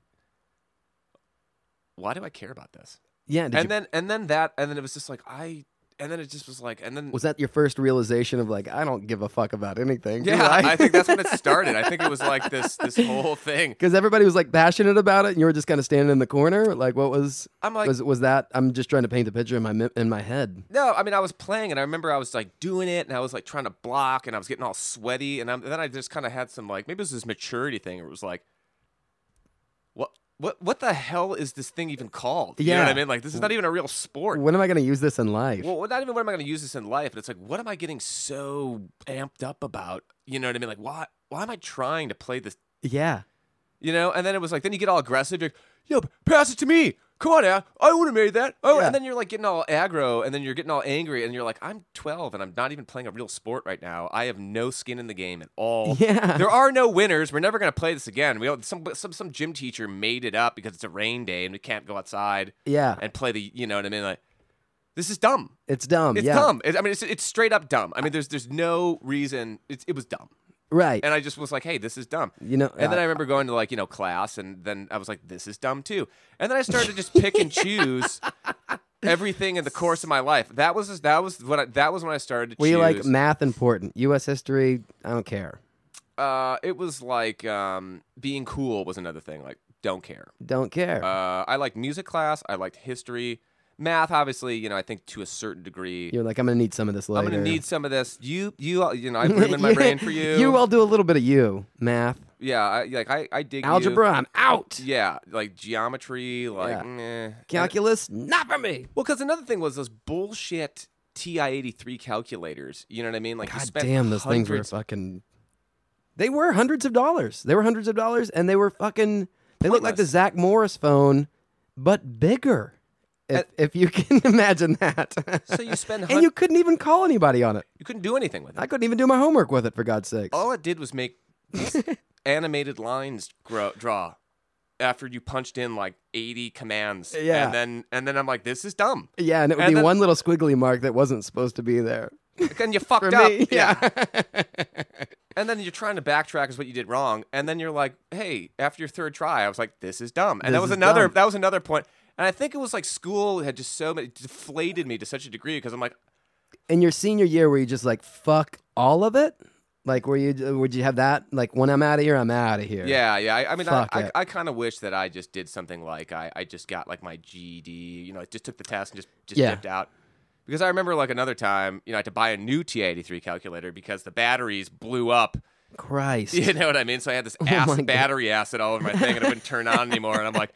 why do I care about this? yeah, did and you- then and then that and then it was just like I and then it just was like and then was that your first realization of like I don't give a fuck about anything? yeah I think that's when it started. I think it was like this this whole thing. because everybody was like passionate about it, and you were just kind of standing in the corner. Like, what was I'm like was was that? I'm just trying to paint the picture in my mi- in my head. no, I mean I was playing and I remember I was like doing it and I was like trying to block and I was getting all sweaty and, I'm, then I just kind of had some like maybe it was this maturity thing where it was like what what what the hell is this thing even called? You know what Yeah. I mean? Like this is not even a real sport. When am I going to use this in life? Well, not even what am I going to use this in life? But it's like, what am I getting so amped up about? You know what I mean? Like, why why am I trying to play this yeah, You know, and then it was like, then you get all aggressive. You're like, yo, pass it to me. come on now, I would have made that. Oh, Yeah. and then you're like getting all aggro, and then you're getting all angry, and you're like, I'm 12, and I'm not even playing a real sport right now. I have no skin in the game at all. Yeah. there are no winners. We're never gonna play this again. We don't, some some some gym teacher made it up because it's a rain day and we can't go outside Yeah, and play the. You know what I mean? Like, this is dumb. it's dumb. It's yeah, dumb. It, I mean, it's it's straight up dumb. I mean, there's there's no reason. It's, it was dumb, right. and I just was like, hey, this is dumb. you know, And then I remember going to like, you know, class and then I was like, this is dumb too. And then I started to just pick and choose everything in the course of my life. That was that was when I, that was when I started to were you like choose. math important? U.S. history? I don't care. uh it was like um being cool was another thing, like don't care. Don't care. Uh I liked music class, I liked history, math obviously, you know, I think to a certain degree. You're like, I'm gonna need some of this later. I'm going to need some of this. You you you know, I have room in my Yeah, brain for you. You all do a little bit of you math, yeah, I, like I I dig you. algebra. I'm out. Yeah, like geometry, like Yeah. meh. And- Calculus, not for me. Well, because another thing was those bullshit TI eighty three calculators. You know what I mean? Like you God spent damn, those things were hundreds- fucking. They were hundreds of dollars. They were hundreds of dollars, and they were fucking. They looked like the Pointless. Zach Morris phone, but bigger. If, Uh, if you can imagine that. so you spend hun- and you, you couldn't even call anybody on it. couldn't do anything with it. I couldn't even do my homework with it, for God's sakes. All it did was make animated lines grow, draw after you punched in like eighty commands. Yeah. and then and then I'm like, this is dumb. Yeah, and it would And be then- one little squiggly mark that wasn't supposed to be there. And you fucked For up. me, yeah. And then you're trying to backtrack is what you did wrong. And then you're like, hey, after your third try, I was like, this is dumb. And This that was is another dumb. that was another point. And I think it was like school had just so many deflated me to such a degree because I'm like, In your senior year, were you just like, fuck all of it? Like, were you, would you have that? Like, when I'm out of here, I'm out of here. Yeah, yeah. I, I mean, I, Fuck I, it. I kind of wish that I just did something like I, I just got like my GED, you know, I just took the test and just just Yeah. dipped out. Because I remember like another time, you know, I had to buy a new TA83 calculator because the batteries blew up. Christ. You know what I mean? So I had this Oh my acid, God. battery acid all over my thing and it wouldn't turn on anymore. And I'm like,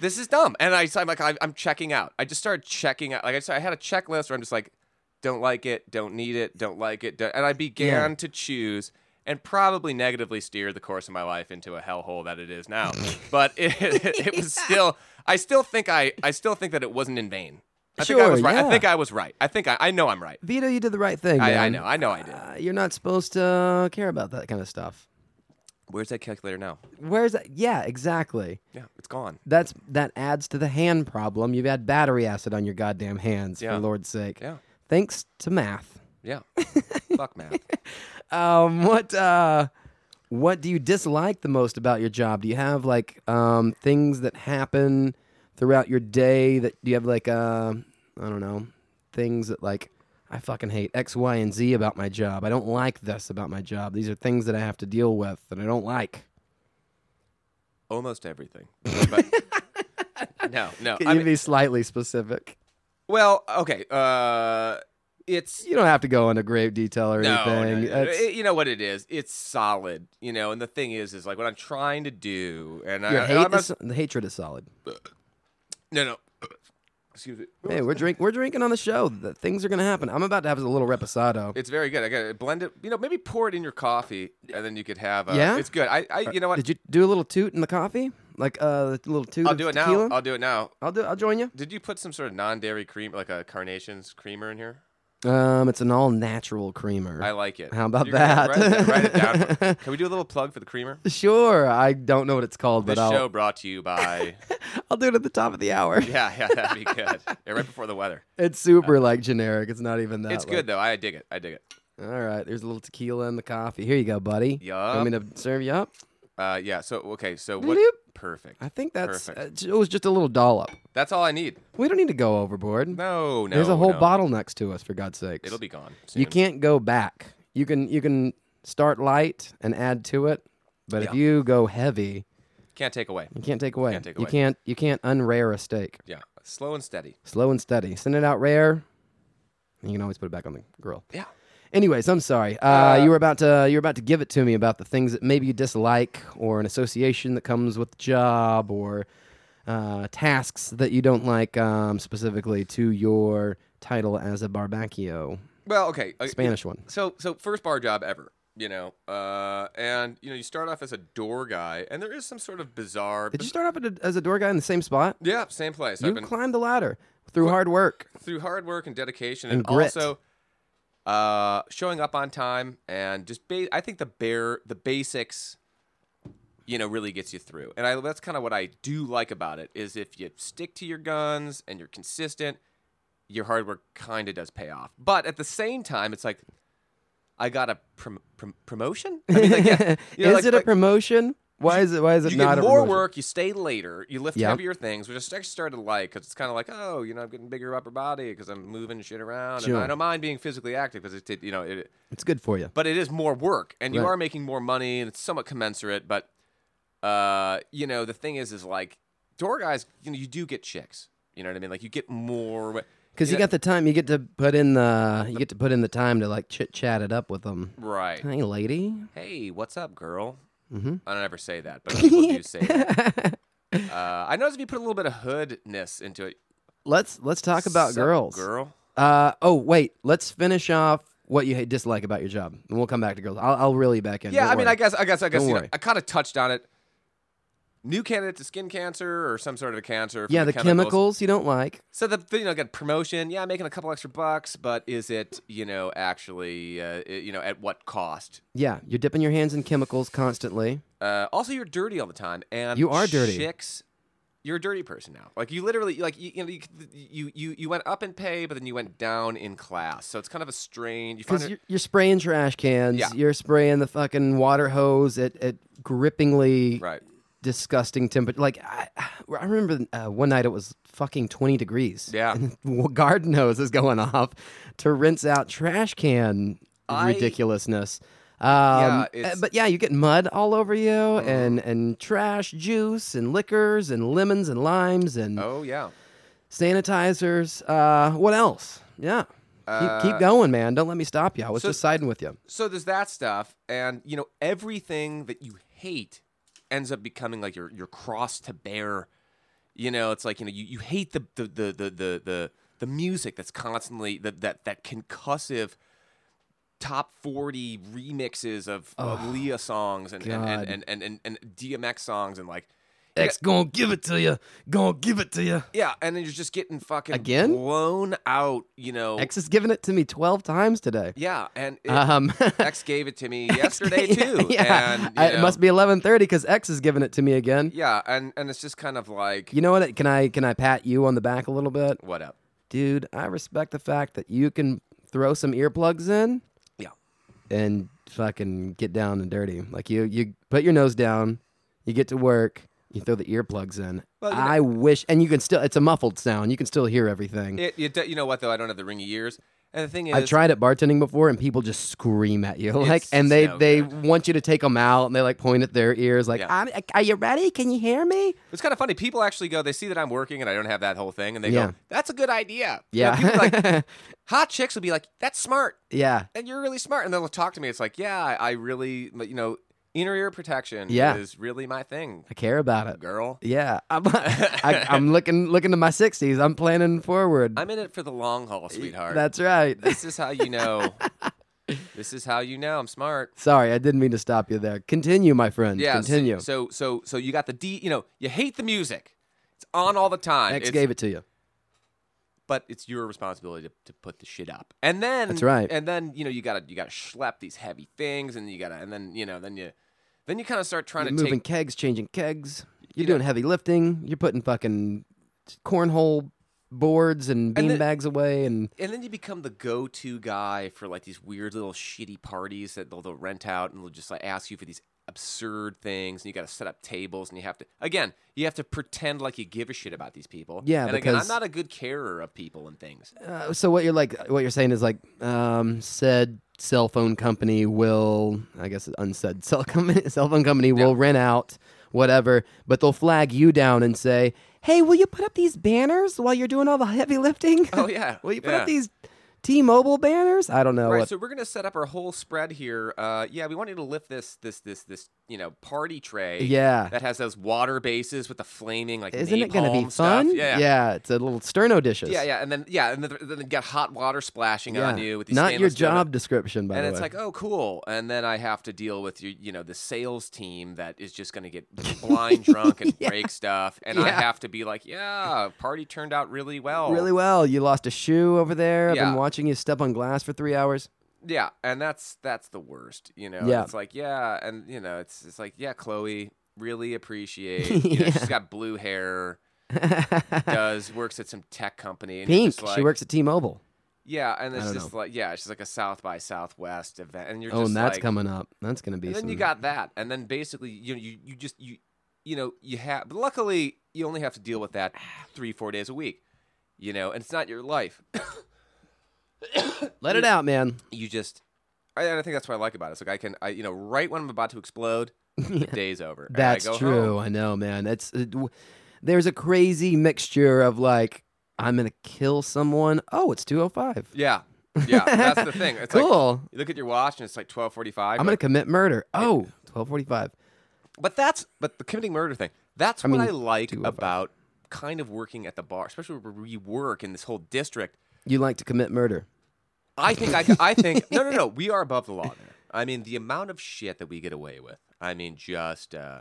this is dumb. And I, so I'm like, I, I'm checking out. I just started checking out. Like I, just, I had a checklist where I'm just like, don't like it, don't need it, don't like it. Don't, and I began to choose and probably negatively steered the course of my life into a hellhole that it is now. but it, it, was still, I still think I, I still think that it wasn't in vain. I think I Sure, was right. yeah. I think I was right. I think I, I know I'm right. Vito, you did the right thing. I, I man. know. I know I did. Uh, you're not supposed to care about that kind of stuff. Where's that calculator now? Where's that? Yeah, exactly. Yeah, it's gone. That's that adds to the hand problem. You've had battery acid on your goddamn hands, Yeah. for Lord's sake. Yeah. Thanks to math. Yeah. Fuck math. Um, what uh, what do you dislike the most about your job? Do you have like um things that happen throughout your day that do you have like uh, I don't know things that like I fucking hate X, Y, and Z about my job. I don't like this about my job. These are things that I have to deal with that I don't like. Almost everything. But no, no. Can I you mean, be slightly specific? well, okay. Uh, it's You don't have to go into great detail or no, no, anything. no, no. It's- It- you know what it is. It's solid. You know, and the thing is, is like what I'm trying to do, and I, your I- hate uh, I'm not- is, the hatred is solid. no, no. Excuse me. Hey, we're drink we're drinking on the show. The things are gonna happen. I'm about to have a little reposado. It's very good. I got to blend it. You know, maybe pour it in your coffee, and then you could have. Uh, Yeah? it's good. I, I, you know what? Did you do a little toot in the coffee? Like uh, a little toot I'll of do it tequila? now. I'll do it now. I'll do. I'll join you. Did you put some sort of non-dairy cream, like a carnations creamer, in here? Um, it's an all natural creamer. I like it. How about You're gonna that? Write it, down- write it down. Can we do a little plug for the creamer? sure. I don't know what it's called, This but I'll show brought to you by. I'll do it at the top of the hour. yeah, yeah, that'd be good. Yeah, right before the weather. It's super like generic. It's not even that. It's good though. I dig it. I dig it. All right. There's a little tequila in the coffee. Here you go, buddy. Yup. I'm gonna serve you up. Uh, yeah. So okay. So what? Bloop. Perfect. I think that's uh, Perfect. j- it was just a little dollop. That's all I need. We don't need to go overboard. No, no. There's a whole no. bottle next to us, for God's sakes. It'll be gone. Soon. you can't go back. You can you can start light and add to it, but if Yeah. you go heavy, Can't take away. you can't take away. Can't take You away. can't you can't unrare a steak. Yeah. Slow and steady. Slow and steady. Send it out rare. And you can always put it back on the grill. Yeah. Anyways, I'm sorry. Uh, you were about to you were about to give it to me about the things that maybe you dislike, or an association that comes with the job, or uh, tasks that you don't like um, specifically to your title as a barbaccio, Well, okay. uh, Spanish one. So, so first bar job ever. you know, uh, and you know, you start off as a door guy, and there is some sort of bizarre. Did you start up at a- as a door guy in the same spot? yeah, same place. You I've been climbed the ladder through hard work. through hard work and dedication, And and, grit. also uh, showing up on time, and just ba- I think the bare the basics, you know, really gets you through. And I that's kind of what I do like about it is if you stick to your guns and you're consistent, your hard work kind of does pay off. But at the same time, it's like. I got a prom- prom- promotion. I mean, like, yeah, you know, is like- it a like- promotion? Why is it? Why is it you not get a more promotion? work, you stay later, you lift Yeah. heavier things, which I actually started to like because it's kind of like, oh, you know, I'm getting bigger upper body because I'm moving shit around, Sure. and I don't mind being physically active because it, it, you know, it, It's good for you. but it is more work, and you Right. are making more money, and it's somewhat commensurate. But, uh, you know, the thing is, is like door guys, you know, you do get chicks. You know what I mean? Like you get more Because you know- got the time, you get to put in the you get to put in the time to like chit chat it up with them. right. Hey, lady. Hey, what's up, girl? Mhm. I don't ever say that, but people do say that. Uh, I noticed if you put a little bit of hoodness into it. Let's let's talk about "Sup, girls. Girl. Uh oh, wait. Let's finish off what you dislike about your job, and we'll come back to girls. I'll, I'll reel you back in. Yeah, Don't I mean, worry. I guess, I guess, I guess, Don't you know, worry. I kind of touched on it. New candidate to skin cancer or some sort of a cancer. from yeah, the chemicals. chemicals. you don't like. So the you know get promotion. Yeah, making a couple extra bucks, but is it you know actually uh, i- you know at what cost? Yeah, you're dipping your hands in chemicals constantly. Uh, also, you're dirty all the time, and You are dirty. Chicks, you're a dirty person now. Like you literally like you, you know you, you you you went up in pay, but then you went down in class. So it's kind of a strange. You find Because it, you're, you're spraying trash cans. Yeah. You're spraying the fucking water hose at, at grippingly right. disgusting temperature. Like I, I remember uh, one night it was fucking twenty degrees. Yeah. and the garden hose is going off to rinse out trash can I- ridiculousness. Um, it's- but yeah, you get mud all over you, and and trash, juice, and liquors, and lemons, and limes, and Oh yeah. sanitizers. Uh, what else? Yeah. keep, keep going, man. Don't let me stop you. I was Uh, so- just siding with you. so there's that stuff and you know everything that you hate ends up becoming like your your cross to bear you know it's like you know you, you hate the the the the the, the the music that's constantly that that that concussive top 40 remixes of, of Leah songs and and, God. and, and, and and DMX songs and like X gonna give it to you. Gonna give it to you. yeah and then you're just getting fucking Again? blown out you know X has given it to me twelve times today. yeah and it, Um, X gave it to me yesterday too yeah, and you I- it know, must be eleven thirty because X is giving it to me again. Yeah, and and it's just kind of like You know what? Can I can I pat you on the back a little bit, what up? dude? I respect the fact that you can throw some earplugs in Yeah, and fucking get down and dirty. Like you you put your nose down, you get to work, you throw the earplugs in. Well, you know- I wish, and you can still. It's a muffled sound. You can still hear everything. it, you, d- you know what though? I don't have the ringy ears, and the thing is, I've tried at bartending before, and people just scream at you, like, It's and they no they good. want you to take them out, and they like point at their ears, like, Yeah. I'm, uh, "Are you ready? Can you hear me?" it's kind of funny. People actually go, they see that I'm working and I don't have that whole thing, and they Yeah. go, "That's a good idea." You know, Yeah, people like hot chicks would be like, "That's smart," yeah, and you're really smart, and they'll talk to me. It's like, yeah, I, I really, you know, inner ear protection Yeah. is really my thing, I care about it. girl. Yeah, I'm, I, I'm looking looking to my sixties. I'm planning forward. I'm in it for the long haul, sweetheart. That's right. this is how you know. this is how you know I'm smart. Sorry, I didn't mean to stop you there. Continue, my friend. Yeah. so- Continue. So, so so you got the D. You know, you hate the music. It's on all the time. X It's- gave it to you. but it's your responsibility to, to put the shit up. And then That's right. And then you know you gotta you gotta schlep these heavy things, and you gotta and then you know then you then you kind of start trying You're to moving take kegs, changing kegs. You're You know- doing heavy lifting. You're putting fucking cornhole boards and And the- beanbags away, and and then you become the go-to guy for like these weird little shitty parties that they'll, they'll rent out and they'll just like ask you for these absurd things and you got to set up tables and you have to again you have to pretend like you give a shit about these people Yeah, and again i'm because- not a good carer of people and things Uh, so what you're like, what you're saying is like, um, said cell phone company will, I guess, unsaid cell company, cell phone company will rent out whatever, but they'll flag you down and say, "Hey, will you put up these banners while you're doing all the heavy lifting? Oh, yeah. will you put Yeah. up these T-Mobile banners. I don't know. Right, what- so we're gonna set up our whole spread here. Uh, yeah, we want you to lift this, this, this, this, you know, party tray. Yeah. that has those water bases with the flaming like. Isn't it gonna be napalm stuff. fun? Yeah, yeah, Yeah, it's a little sterno dishes. yeah, yeah, and then yeah, and then, then get hot water splashing on you with these Not your stainless steel- job description, by and the it's way. like, oh, cool. And then I have to deal with you, you know, the sales team that is just going to get blind drunk and break stuff, and I Yeah. have to be like, yeah, party turned out really well, really well. You lost a shoe over there. I've oh. Yeah. been watching you step on glass for three hours. yeah. And that's that's the worst, you know. Yeah. It's like, yeah, and you know, it's it's like, yeah, Chloe really appreciate. You know, she's got blue hair. does works at some tech company. And you're Pink. just like- she works at T-Mobile. Yeah, and I it's don't just like yeah, it's just like a South by Southwest event, and you're Oh, just and that's like, coming up. That's gonna be. and then you some- got that and then basically you know you, you just you you know you have but luckily you only have to deal with that three four days a week you know and it's not your life Let it out, man. you just I, and I think that's what I like about it. It's like I can, I you know, right when I'm about to explode, the day's over. and I That's go true. home. I know, man. It's it, w- there's a crazy mixture of like I'm gonna kill someone. Oh, it's two oh five. Yeah, yeah. That's the thing. It's like Cool. you look at your watch and it's like twelve forty five. I'm gonna commit murder. Oh, 1245. But that's but the committing murder thing. That's I what mean, I like two of us. about kind of working at the bar, especially where we work in this whole district. You like to commit murder. I think I, I think no no no we are above the law there. I mean the amount of shit that we get away with. I mean just uh,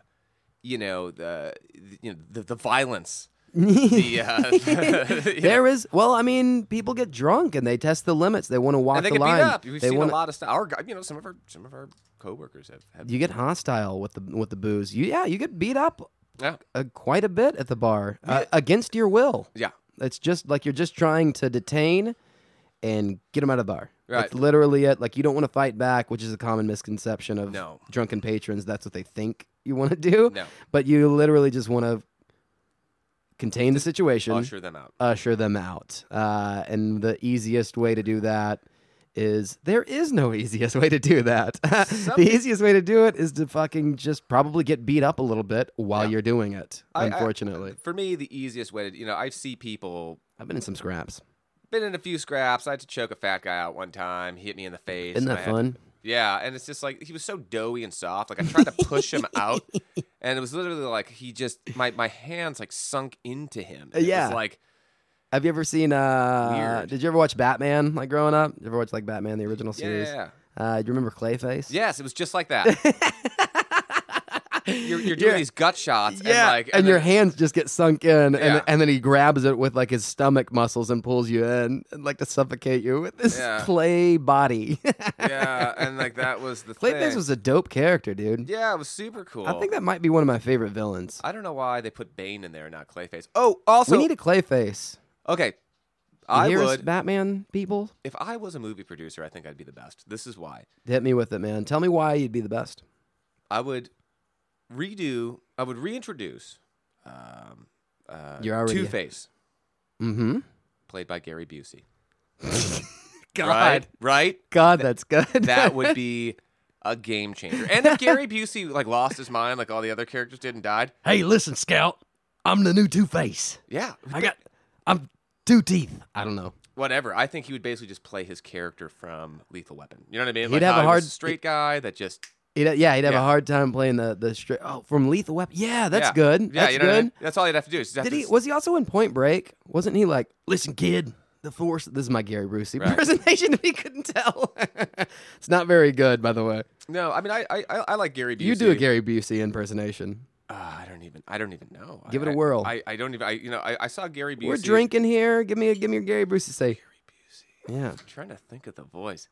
you know the, the you know the, the violence. the, uh, you know, There is well, I mean, people get drunk and they test the limits. They want to walk and they the get line. beat up. We've they seen wanna- a lot of stuff. Our gu- you know some of our some of our coworkers have, have You get hostile with the with the booze. You yeah, you get beat up yeah uh, quite a bit at the bar uh, against your will. yeah It's just like you're just trying to detain and get them out of the bar. Right. That's literally it. Like you don't want to fight back, which is a common misconception of No. drunken patrons. That's what they think you want to do. No. But you literally just want to contain the situation, usher them out. usher them out. Uh, and the easiest way to do that is there is no easiest way to do that. the easiest way to do it is to fucking just probably get beat up a little bit while you're doing it. I- I- unfortunately, For me the easiest way to you know I see people I, have been in some scraps. been in a few scraps. I had to choke a fat guy out one time. He hit me in the face. Isn't and I that had to- fun? Yeah, and it's just like he was so doughy and soft. Like I tried to push him out, and it was literally like he just my my hands like sunk into him. And it Yeah. was like Have you ever seen? uh Weird. Did you ever watch Batman? Like growing up, you ever watch like Batman the original yeah, series? yeah, yeah. Uh, do you remember Clayface? yes, it was just like that. you're, you're doing Yeah. these gut shots, Yeah, and like and your then- hands just get sunk in, Yeah. and, and then he grabs it with like his stomach muscles and pulls you in, and, like to suffocate you with this Yeah. clay body. yeah, and like that was the Clayface thing. was a dope character, dude. yeah, it was super cool. I think that might be one of my favorite villains. I don't know why they put Bane in there, and not Clayface. Oh, also we need a Clayface. okay. You I hear us, would Batman people. if I was a movie producer, I think I'd be the best. This is why. Hit me with it, man. Tell me why you'd be the best. I would redo. I would reintroduce. Um, uh, You're already- Two Face, Mm-hmm. played by Gary Busey. God, Right, right. God, that's good. That would be a game changer. And if Gary Busey like lost his mind, like all the other characters did and died, Hey, listen, Scout. I'm the new Two Face. yeah, I got. I'm two teeth. I don't know. whatever. I think he would basically just play his character from Lethal Weapon. You know what I mean? He'd like have how a he was hard- straight guy that just He'd, yeah, he'd have Yeah. a hard time playing the the straight. Oh, from Lethal Weapon. Yeah, that's yeah. good. Yeah, that's you know what I good. mean? That's all he'd have to do. Is just have Did to he? s- Was he also in Point Break? Wasn't he like, listen, kid, the force? This is my Gary Busey Right. presentation. If you couldn't tell, it's not very good, by the way. no, I mean I I, I- I like Gary Busey. You do a Gary Busey impersonation. Uh, I don't even. I don't even know. Give I- it a I- whirl. I, I don't even. I you know. I, I saw Gary Busey. We're drinking here. Give me a give me your Gary Busey. Say, yeah. I'm trying to think of the voice.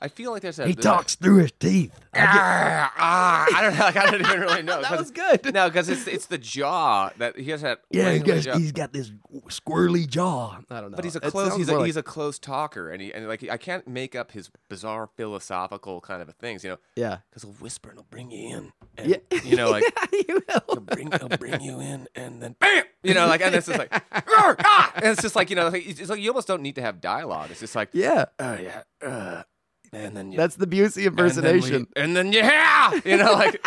I feel like there's a. He there's a- talks through his teeth. Ah, ah, I don't know. Like, I don't even really know. That 'cause- was good. No, because it's it's the jaw that he has that. Yeah, he wrinkly goes, jaw. he's got this squirrely jaw. I don't know. But he's a It close. sounds He's a, more like- he's a close talker, and he and like I can't make up his bizarre philosophical kind of things, you know, yeah. because he'll whisper and he'll bring you in, and Yeah. you know, like You know. he'll bring he'll bring you in, and then bam, you know, like and it's just like, "Arr, ah!" and it's just like you know, like, it's like you almost don't need to have dialogue. It's just like Yeah. oh yeah, uh, and then you, That's the Busey and then we- impersonation. and then, yeah, you know, like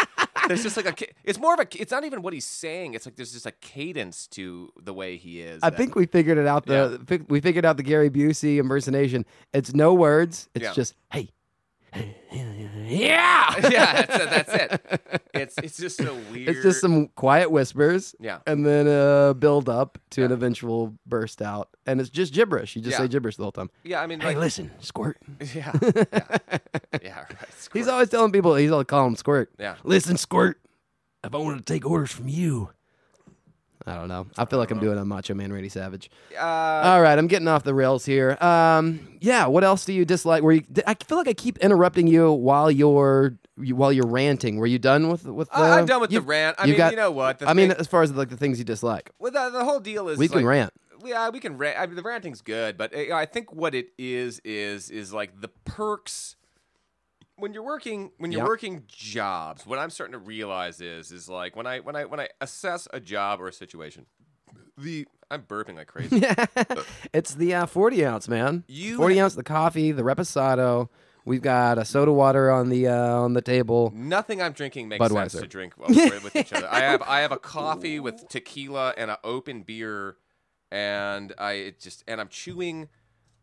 there's just like a. ca- It's more of a. It's not even what he's saying. It's like there's just a cadence to the way he is. I that- think we figured it out. The fi- we figured out the Gary Busey impersonation. It's no words. It's Yeah. just hey, yeah. yeah, that's, that's it. It's it's just a weird. it's just some quiet whispers Yeah. and then uh, build up to an Yeah. eventual burst out, and it's just gibberish. You just Yeah. say gibberish the whole time. Yeah, I mean, Hey, like, listen, squirt. yeah, yeah, yeah. Right. He's squirt. always telling people he's all call him Squirt. yeah. Listen, squirt. If I wanted to take orders from you, I don't know. I feel like I'm doing a Macho Man Randy Savage. Uh, All right, I'm getting off the rails here. Um, yeah. What else do you dislike? Where you, I feel like I keep interrupting you while you're you- while you're ranting. Were you done with with? The, I, I'm done with the you've- rant. I you've mean, got- you know what? The I mean, thing- as far as like the things you dislike, well, the, the whole deal is we can like, rant. Yeah, we can rant. I mean, the ranting's good, but uh, I think what it is is is like the perks when you're working when you're Yeah. working jobs. What I'm starting to realize is is like when I when I when I assess a job or a situation, the I'm burping like crazy. it's the uh, 40 ounce, man. You 40 ounce, the coffee, the reposado. We've got a soda water on the uh, on the table. Nothing I'm drinking makes sense Budweiser. to drink with with each other. I have I have a coffee with tequila and an open beer, and I it just and I'm chewing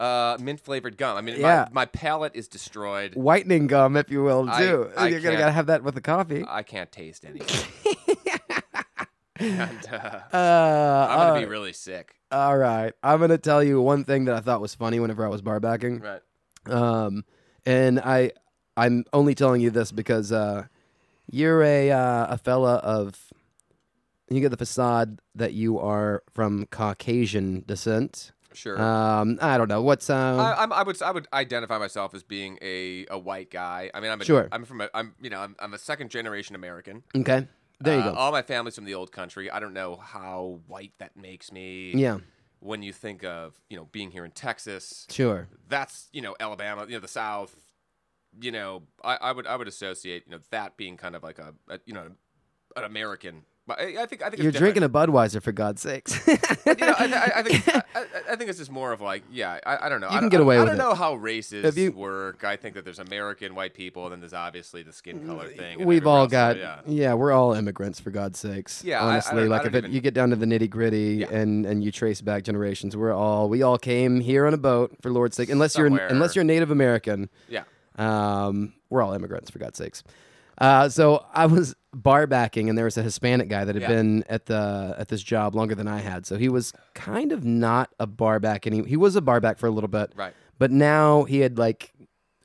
uh, mint flavored gum. I mean, Yeah. my, my palate is destroyed. Whitening gum, if you will, I- too. I You're gonna can't- gotta have that with the coffee. I can't taste anything. and, uh, Uh, all I'm gonna be right. really sick. all right, I'm gonna tell you one thing that I thought was funny whenever I was bar backing. Right. Um, and I, I'm only telling you this because uh, you're a uh, a fella of, you get the facade that you are from Caucasian descent. Sure. Um, I don't know what's um. I, I'm, I would I would identify myself as being a, a white guy. I mean, I'm a, Sure. I'm from a I'm you know I'm, I'm a second generation American. okay, there you Uh, go. All my family's from the old country. I don't know how white that makes me. yeah, When you think of you know being here in Texas, sure. that's you know Alabama, you know the South. You know, I, I would I would associate you know that being kind of like a, a you know an American. But I, I think I think You're it's different. drinking a Budweiser for God's sakes. you know, I, I, I think I, I- I think it's just more of like, yeah, I, I don't know. You I can don't- get away I, with I don't it. know how races If you- work. I think that there's American white people, and then there's obviously the skin color thing. and We've everywhere all else, so got, yeah. yeah. we're all immigrants for God's sakes. Yeah, I- I honestly, don't- I like if don't it, even- you get down to the nitty gritty Yeah. and and you trace back generations, we're all we all came here on a boat for Lord's sake. Unless you're Somewhere. unless you're Native American, yeah. um, we're all immigrants for God's sakes. Uh, so I was bar backing, and there was a Hispanic guy that had Yeah. been at the at this job longer than I had. So he was kind of not a bar back, and he, he was a bar back for a little bit, Right. But now he had like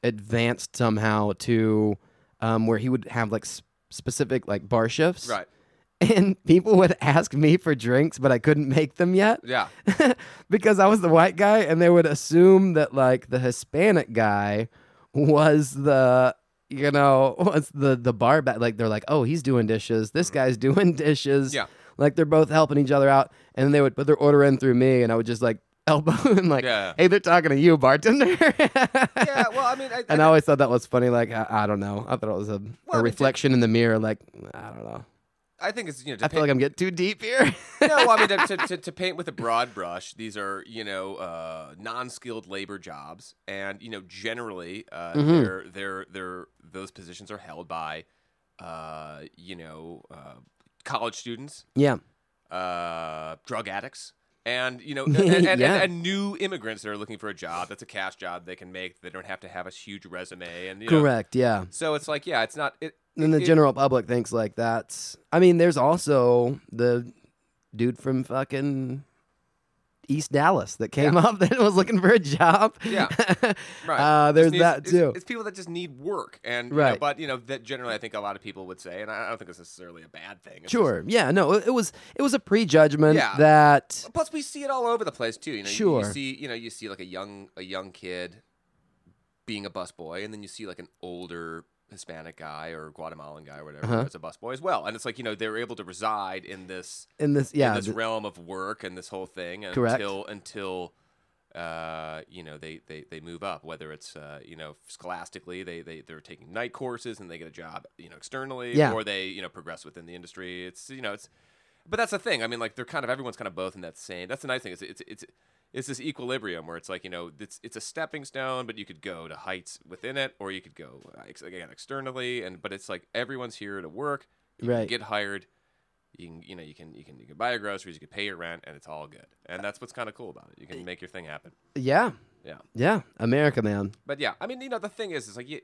advanced somehow to um, where he would have like s- specific like bar shifts, Right. And people would ask me for drinks, but I couldn't make them yet Yeah. because I was the white guy, and they would assume that like the Hispanic guy was the you know was the the bar back. Like they're like, oh, he's doing dishes. This guy's doing dishes. Mm-hmm. Yeah. Like they're both helping each other out, and they would put their order in through me, and I would just like elbow and like, Yeah. hey, they're talking to you, bartender. Yeah. Well, I mean, I, And I- I always thought that was funny. Like I, I don't know. I thought it was a, I a mean, reflection in the mirror. Like I don't know. I think it's you know. I feel like I'm getting too deep here. no, I mean to, to, to, to paint with a broad brush, these are you know uh, non-skilled labor jobs, and you know generally uh, Mm-hmm. they're, they're, they're, those positions are held by uh, you know uh, college students, yeah. uh, drug addicts, and you know and, and, and- Yeah. and new immigrants that are looking for a job that's a cash job they can make. They don't have to have a huge resume, and you know. Correct. Yeah. So it's like yeah, it's not. It, And the it- general public thinks like that's. I mean, there's also the dude from fucking East Dallas that came up that was looking for a job. Yeah. Right. Uh, Just there's needs- that it's, too. It's, people that just need work, and you know, Right. but you know that generally, I think a lot of people would say, and I I don't think it's necessarily a bad thing. It's sure. Yeah. No. It, it was. It was a prejudgment Yeah. that. just- plus, we see it all over the place too. You know, you- Sure. You see, you know, you see like a young a young kid being a busboy, and then you see like an older Hispanic guy or Guatemalan guy or whatever Uh-huh. that's a busboy as well. And it's like you know they're able to reside in this In this. in Yeah. this th- realm of work and this whole thing until Correct. until uh, you know they, they, they move up whether it's uh, you know scholastically they, they they're taking night courses and they get a job you know externally Yeah. or they you know progress within the industry it's you know it's but that's the thing I mean like they're kind of everyone's kind of both in that same that's the nice thing it's it's it's it's this equilibrium where it's like you know it's it's a stepping stone but you could go to heights within it or you could go uh, ex- again externally and but it's like everyone's here to work You can Right. get hired. You can you know you can you can you can buy your groceries. You can pay your rent, and it's all good. And that's what's kind of cool about it. You can make your thing happen. Yeah. Yeah. Yeah. America, man. But yeah, I mean, you know, the thing is, is like you.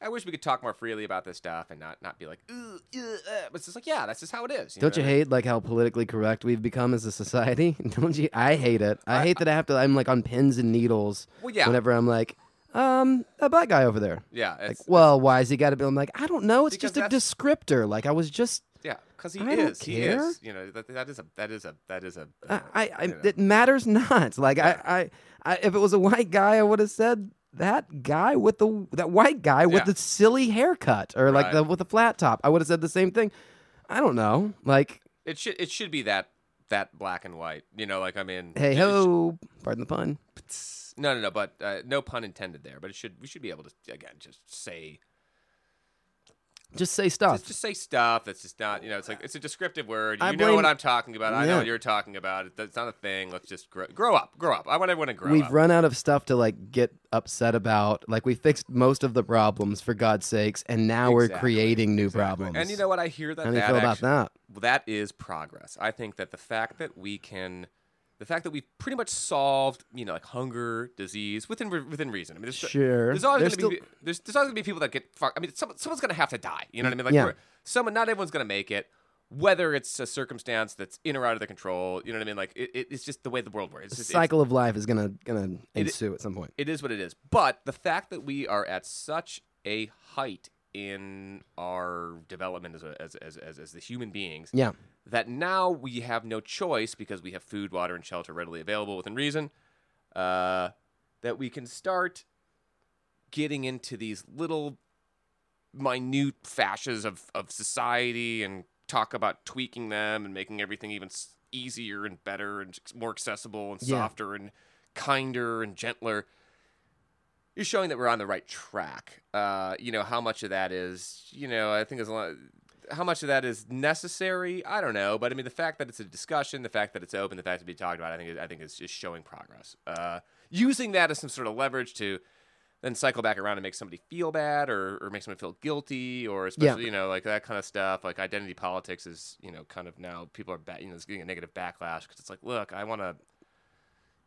I wish we could talk more freely about this stuff and not not be like, "Ugh, ugh, uh," but it's just like, yeah, that's just how it is. Don't you know what I mean? hate like how politically correct we've become as a society? Don't you? I hate it. I, hate that I have to. I'm like on pins and needles. Well, yeah. Whenever I'm like, um, a black guy over there. Yeah, it's, Like, well, why is he got to be? I'm like, I don't know. It's Because just a descriptor. Like, I was just. yeah, because he I don't is, he care. Uh, is. You know, that, that is a that is a that is a. I, I, I you know. it matters not. Like I, I, I, if it was a white guy, I would have said that guy with the that white guy with Yeah. the silly haircut or like Right. the with the flat top. I would have said the same thing. I don't know. Like It should it should be that that black and white. You know, like I mean, hey it- it ho, pardon the pun. should- no, no, no, but uh, no pun intended there. But it should we should be able to again just say Just say stuff. just, just say stuff that's just not you know it's like it's a descriptive word. You Oh. I know what blame- I'm talking about. I know Yeah. what you're talking about. It- It's not a thing. Let's just grow, grow up, grow up. I want everyone to grow We've up. run out of stuff to like get upset about. Like we fixed most of the problems for God's sakes, and now we're Exactly, creating new Exactly. problems. And you know what? I hear that. how do you that feel about actually- that? well, that is progress. I think that the fact that we can, the fact that we've pretty much solved, you know, like hunger, disease within re- within reason. I mean, there's, Sure. There's always There's gonna be there's, there's always gonna be people that get fucked. I mean, someone, someone's gonna have to die. You know what I mean? Like, Yeah. we're- someone, not everyone's gonna make it. Whether it's a circumstance that's in or out of their control, you know what I mean? Like, it, it- it's just the way the world works. It's The just, it's- cycle of life is gonna gonna It- ensue at some point. it is what it is. But the fact that we are at such a height in our development as, a, as, as, as, as the human beings Yeah. that now we have no choice because we have food, water, and shelter readily available within reason, uh, that we can start getting into these little minute fascias of, of society and talk about tweaking them and making everything even s- easier and better and more accessible and Yeah. softer and kinder and gentler. You're showing that we're on the right track. Uh, you know how much of that is, you know, I think there's a lot. How much of that is necessary? I don't know, but I mean, the fact that it's a discussion, the fact that it's open, the fact that we talked about, I think, I think is just showing progress. Uh, using that as some sort of leverage to then cycle back around and make somebody feel bad or, or make someone feel guilty or especially you know like that kind of stuff like identity politics is you know kind of now people are ba- you know it's getting a negative backlash because it's like look i want to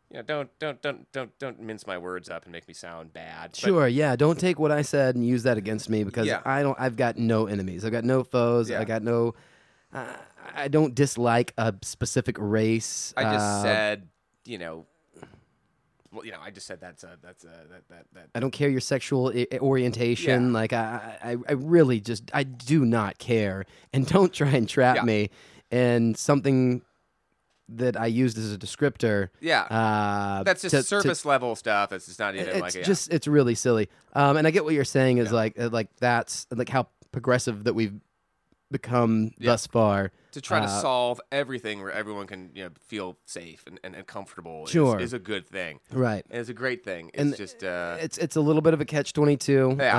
you know don't don't don't don't don't mince my words up and make me sound bad But- Sure, yeah. Don't take what I said and use that against me because Yeah. I don't. I've got no enemies. I've got no foes. Yeah. I got no. Uh, I don't dislike a specific race. I just uh, said you know well you know i just said that's a that's a that that, that I don't care your sexual I- i- orientation. Yeah. Like I, I, I really just I do not care. And don't try and trap Yeah. me in something that I used as a descriptor. yeah Uh, that's just to- to- surface level stuff it's just not even it's like yeah. just it's really silly. Um, and I get what you're saying is like uh, like that's like how progressive that we've become Yeah. thus far. to try to Uh, solve everything where everyone can you know feel safe and, and, and comfortable is- Sure. is, a good thing Right. and it's a great thing it's And- just uh It's it's a little bit of a catch twenty two. yeah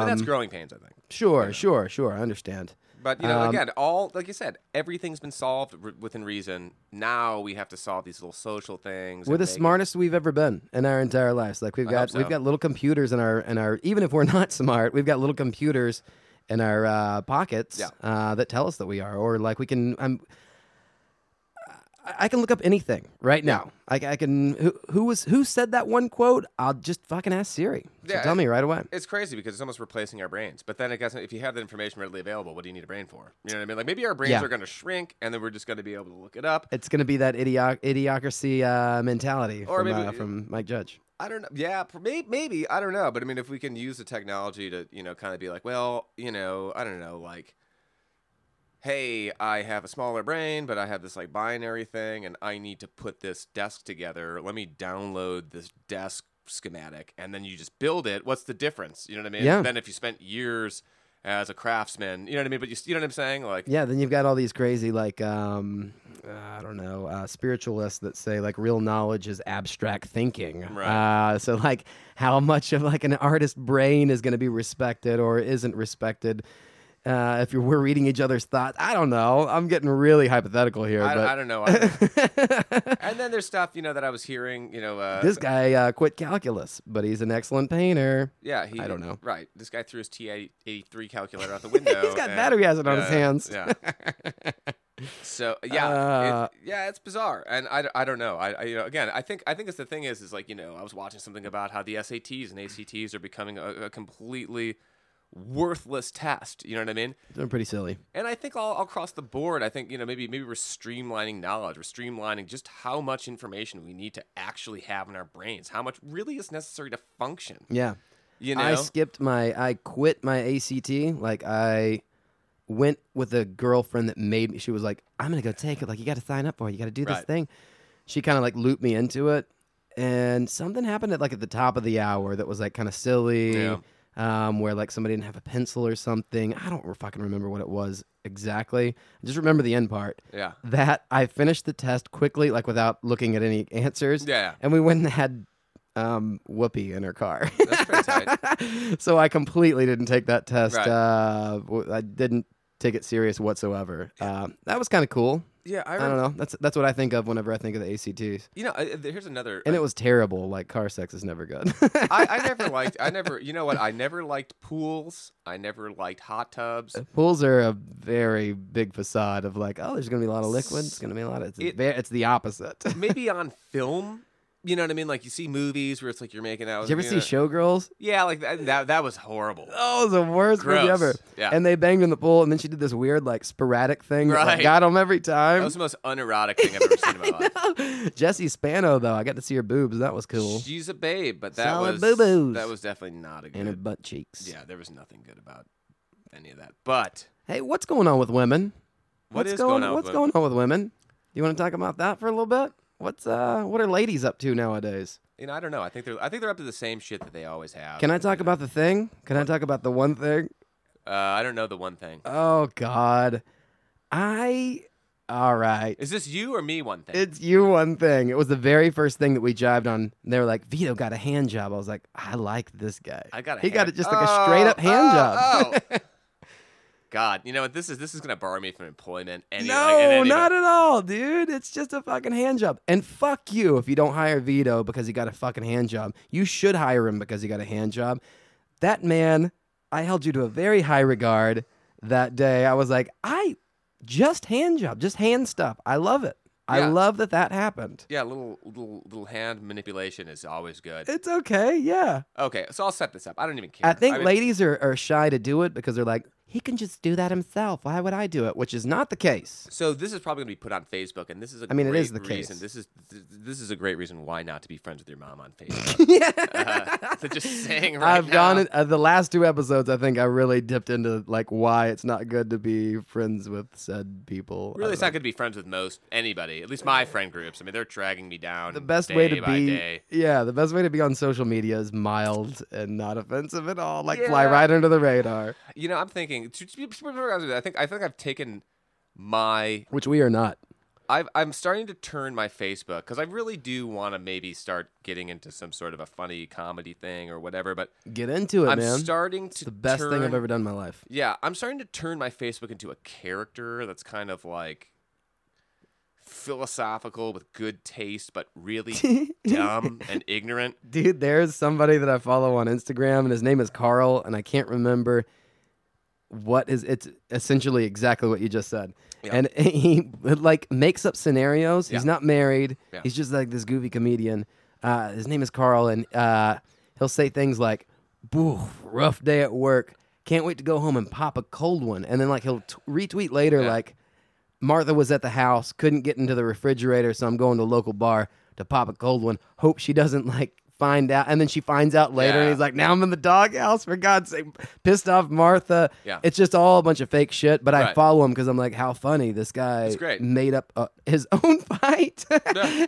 but that's um, growing pains i think sure, sure, sure. I understand. but you know um, again all like you said everything's been solved r- within reason now we have to solve these little social things We're and the make it- smartest we've ever been in our entire lives. Like we've I hope got we've so. got little computers in our in our even if we're not smart, we've got little computers in our uh, pockets Yeah. uh, that tell us that we are, or like we can. I'm, I- I can look up anything right now. I, I can. Who, who was who said that one quote? I'll just fucking ask Siri. She'll Yeah, tell me right away. it's crazy because it's almost replacing our brains. But then I guess if you have that information readily available, what do you need a brain for? You know what I mean? Like maybe our brains Yeah. are going to shrink, and then we're just going to be able to look it up. It's gonna be that idioc- idiocracy uh, mentality Or from, maybe- uh, from Mike Judge. I don't know. Yeah, maybe, maybe I don't know. But I mean, if we can use the technology to, you know, kind of be like, well, you know, I don't know, like, hey, I have a smaller brain, but I have this like binary thing, and I need to put this desk together. Let me download this desk schematic, and then you just build it. What's the difference? You know what I mean? Yeah. Then if you spent years as a craftsman, you know what I mean. But you, you know what I'm saying? Like, Yeah, then you've got all these crazy like um, uh, I don't know uh, spiritualists that say like real knowledge is abstract thinking. Right. Uh, so like how much of like an artist brain is going to be respected or isn't respected? Uh, if you're, we're reading each other's thoughts, I don't know. I'm getting really hypothetical here, I, I but don't know. I- and then there's stuff you know that I was hearing. You know, uh, this guy uh, quit calculus, but he's an excellent painter. Yeah, he, I don't know. Right, this guy threw his T eighty three calculator out the window. He's got and- battery acid on his uh, hands. Yeah. so yeah, Uh, it, yeah, it's bizarre, and I, I don't know. I, I you know again, I think I think it's the thing is is like you know I was watching something about how the SATs and ACTs are becoming a, a completely worthless test. You know what I mean? They're pretty silly. And I think all all across the board, I think you know maybe maybe we're streamlining knowledge, we're streamlining just how much information we need to actually have in our brains, how much really is necessary to function. Yeah. You know, I skipped my I quit my ACT. Like I went with a girlfriend that made me she was like, I'm gonna go take it. Like you gotta sign up for it, you gotta do this Right. thing. She kinda like looped me into it. And something happened at like at the top of the hour that was like kind of silly. Yeah. Um, where like somebody didn't have a pencil or something. I don't fucking remember what it was exactly. I just remember the end part. yeah. That I finished the test quickly, like without looking at any answers. Yeah. And we went and had um, Whoopi in her car. That's pretty tight. so I completely didn't take that test. Right. Uh, w- I didn't take it serious whatsoever. Uh, that was kind of cool. Yeah, I I, remember. don't know. That's that's what I think of whenever I think of the ACTs. You know, I, I- here's another. uh, And it was terrible. Like car sex is never good. I, I never liked. I never. You know what? I never liked pools. I never liked hot tubs. Pools are a very big facade of like, oh, there's gonna be a lot of liquid. It's gonna be a lot of. It's, It- ve- it's the opposite. Did Maybe on film. You know what I mean? Like you see movies where it's like you're making out. you ever you see know- Showgirls? Yeah, like that. That, that was horrible. Oh, it was the worst movie Gross. ever. Yeah. And they banged in the pool, and then she did this weird, like, sporadic thing that like, Right. got them every That time. was the most unerotic thing I've ever seen in my life. Jesse Spano, though, I got to see her boobs. That was cool. She's a babe, but that Solid was boo-boos. that was definitely not a and her good. butt cheeks. Yeah, there was nothing good about any of that. But Hey, what's going on with women? what what's is going, on? What's with- going on with women? You want to talk about that for a little bit? What's uh what are ladies up to nowadays? You know, I don't know. I think they're. I think they're up to the same shit that they always have. Can I talk about the thing? Can I talk about the one thing? Uh, I don't know the one thing. Oh god. I all right. Is this you or me? One thing. It's you one thing. It was the very first thing that we jived on. They were like, Vito got a hand job. I was like, I like this guy. I got a He got hand- it just like a straight up hand Oh, job. oh. God, you know what? This is this is gonna bar me from employment. Any, like, in No, any- not at all, dude. It's just a fucking hand job. And fuck you if you don't hire Vito because he got a fucking hand job. You should hire him because he got a hand job. That man, I held you to a very high regard that day. I was like, I just hand job, just hand stuff. I love it. I Yeah. love that that happened. Yeah, little little little hand manipulation is always good. It's okay, yeah. Okay, so I'll set this up. I don't even care. I think mean, ladies are, are shy to do it because they're like, he can just do that himself. Why would I do it? Which is not the case. so this is probably gonna be put on Facebook, and this is a I mean, it great is the case. reason. This is th- this is a great reason why not to be friends with your mom on Facebook. Uh, so just saying, right I've now, gone in, uh, the last two episodes. I think I really dipped into like why it's not good to be friends with said people. Uh, I Really, it's don't not gonna be friends with most anybody. At least my friend groups. I mean, they're dragging me down. know. the best way day to by be. day. Yeah, the best way to be on social media is mild and not offensive at all. Like fly right under the radar, You know, I'm thinking. to- to be perfectly honest with you, I think I think I've taken my which we are not. I've, I'm starting to turn my Facebook because I really do want to maybe start getting into some sort of a funny comedy thing or whatever. But Get into it, I'm man. starting to the best thing I've turn- ever done in my life. Yeah, I'm starting to turn my Facebook into a character that's kind of like philosophical with good taste, but really dumb and ignorant. Dude, there's somebody that I follow on Instagram, and his name is Carl, and I can't remember what is. It's essentially exactly what you just said, Yeah. and he like makes up scenarios. He's Yeah. not married. Yeah. He's just like this goofy comedian. Uh, his name is Carl, and uh, he'll say things like, "Boo, rough day at work. Can't wait to go home and pop a cold one." And then like he'll t- retweet later, Yeah. like, Martha was at the house, couldn't get into the refrigerator, so I'm going to a local bar to pop a cold one. Hope she doesn't like find out. And then she finds out later, and Yeah. he's like, now I'm in the doghouse, for God's sake. Pissed off Martha. Yeah. It's just all a bunch of fake shit, but I Right. follow him because I'm like, how funny. This guy great. made up uh, his own fight. Yeah.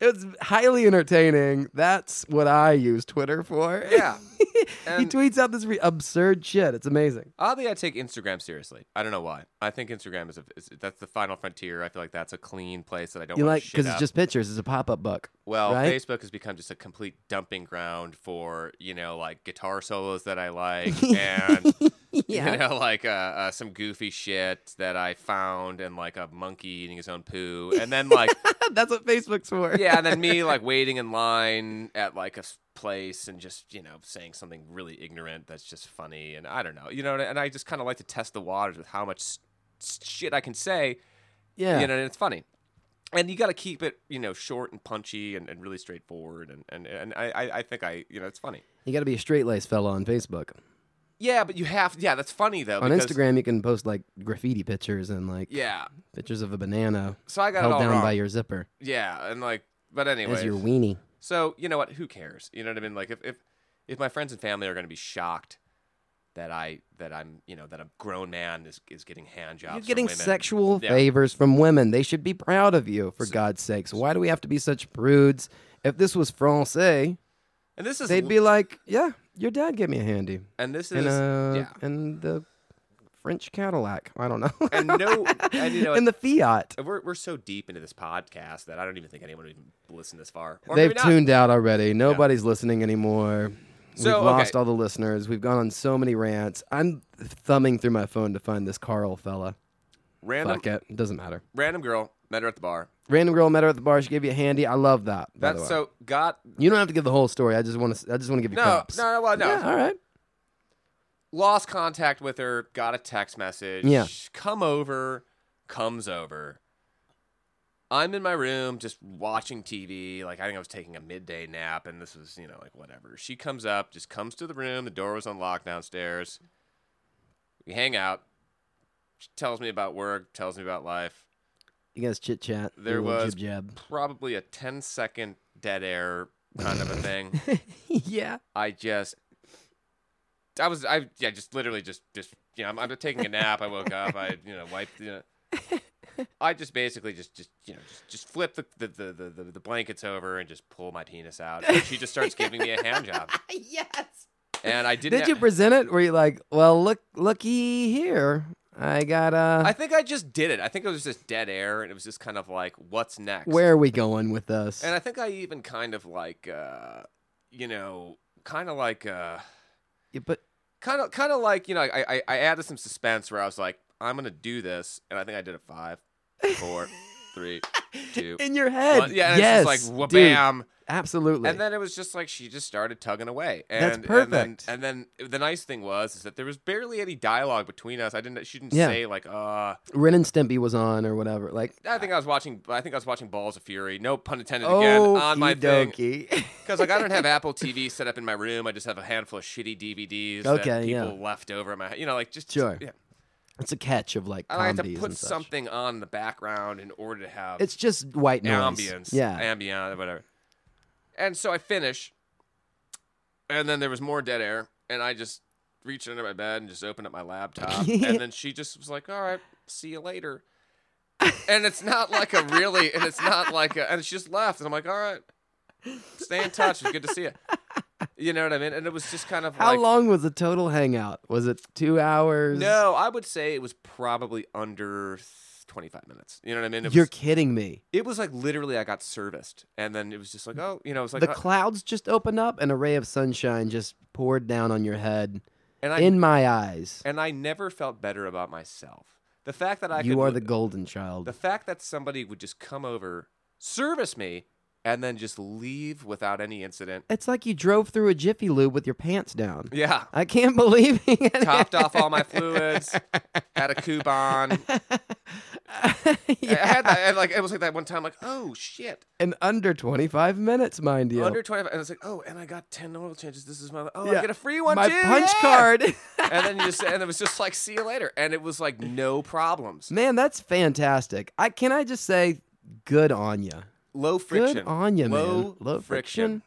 it's highly entertaining. That's what I use Twitter for. Yeah. he And- tweets out this re- absurd shit. It's amazing. Oddly, I take Instagram seriously. I don't know why. I think Instagram is, a, is that's the final frontier. I feel like that's a clean place that I don't You wanna like, shit because it's up. just pictures, it's a pop up book. Well, right? Facebook has become just a complete dumping ground for you know like guitar solos that I like and You know, like uh, uh, some goofy shit that I found and like a monkey eating his own poo. And then like, That's what Facebook's for. yeah, and then me like waiting in line at like a s- place and just, you know, saying something really ignorant that's just funny. And I don't know, you know, and I just kind of like to test the waters with how much s- s- shit I can say, Yeah. you know, and it's funny. And you got to keep it, you know, short and punchy and, and really straightforward. And, and, and I, I- I think I, you know, it's funny. You got to be a straight laced fella on Facebook. Yeah, but you have, yeah, that's funny though. on because- Instagram, you can post like graffiti pictures and like Yeah. pictures of a banana So I got held it all down wrong. by your zipper Yeah, and like, but anyway, as your weenie. so you know what? Who cares? You know what I mean? Like, if if, if my friends and family are going to be shocked that I that I'm you know that a grown man is is getting hand jobs, You're from getting women, sexual Yeah. favors from women. They should be proud of you, for God's sakes. Why do we have to be such prudes? If this was Francais, and this is they'd be like, yeah, your dad gave me a handy. and this is And, uh, yeah, and the French Cadillac. I don't know. and no, and you know. and the Fiat. we're, we're so deep into this podcast that I don't even think anyone would even listen this far. Or They've maybe not. tuned out already. Nobody's listening anymore. So, We've okay. lost all the listeners. We've gone on so many rants. I'm thumbing through my phone to find this Carl fella. Random Fuck it. Doesn't matter. random girl met her at the bar. Random girl met her at the bar. She gave you a handy. I love that. by the That's way. so got You don't have to give the whole story. I just want to. I just want to give you no props. no no well, no Yeah, all right. lost contact with her, got a text message. Yeah. Come over, comes over. I'm in my room just watching TV. Like, I think I was taking a midday nap, and this was, you know, like whatever. She comes up, just comes to the room. The door was unlocked downstairs. We hang out. She tells me about work, tells me about life. You guys chit chat. There was- jib Probably a 10 second dead air kind of a thing. yeah. I just, I was, I yeah, just literally just, just you know, I'm, I'm taking a nap. I woke up. I you know wiped. You know, I just basically just, just you know, just, just flip the the, the, the the blankets over and just pull my penis out. And she just starts giving me a hand job, yes. and I didn't. Did you present it? Were you like, well, look, looky here. I got uh I think I just did it. I think it was just dead air, and it was just kind of like, what's next? Where are we going with this? And I think I even kind of like, uh, you know, kind of like. Uh, Yeah, but kind of kind of like you know I, I i added some suspense where i was like i'm gonna do this and i think i did a five four three two in your head, one. yeah and yes, it's just like dude, wham absolutely. and then it was just like she just started tugging away and That's perfect. and then, and then the nice thing was is that there was barely any dialogue between us i didn't she didn't Yeah. say like uh Ren and Stimpy was on or whatever. Like, i think i was watching i think i was watching balls of fury no pun intended again oh, on my thing dokey. Because like I don't have Apple TV set up in my room. I just have a handful of shitty DVDs that Okay, yeah. people left over. in My you know like just Sure. Yeah. it's a catch of like I like to comedies put and such. something on the background in order to have It's just white noise. ambience, Yeah, ambient, whatever. And so I finish, and then there was more dead air, and I just reached under my bed and just opened up my laptop, and then she just was like, "All right, see you later." and it's not like a really, and it's not like, a, and she just left, and I'm like, "All right, stay in touch. It's good to see you." You know what I mean? And it was just kind of How like, long was the total hangout? Was it two hours? No, I would say it was probably under. 25 minutes. You know what I mean? It was- You're kidding me. it was like literally I got serviced, and then it was just like, oh, you know, it's like, the uh, clouds just opened up and a ray of sunshine just poured down on your head and I in my eyes. and I never felt better about myself. The fact that I You could, are li- the golden child. the fact that somebody would just come over, service me, and then just leave without any incident. it's like you drove through a Jiffy Lube with your pants down. Yeah, I can't believe it. topped off all my fluids, had a coupon. I yeah. had that, and like it was like that one time, like, oh shit, in under 25 minutes, mind you. under twenty five, and it's like, oh, and I got ten oil changes. This is my, oh, Yeah. I get a free one my too. punch yeah!" card. and then you just, and it was just like, see you later, and it was like no problems. Man, that's fantastic. I can I just say good on you. low friction. Good on you, low man. Low friction.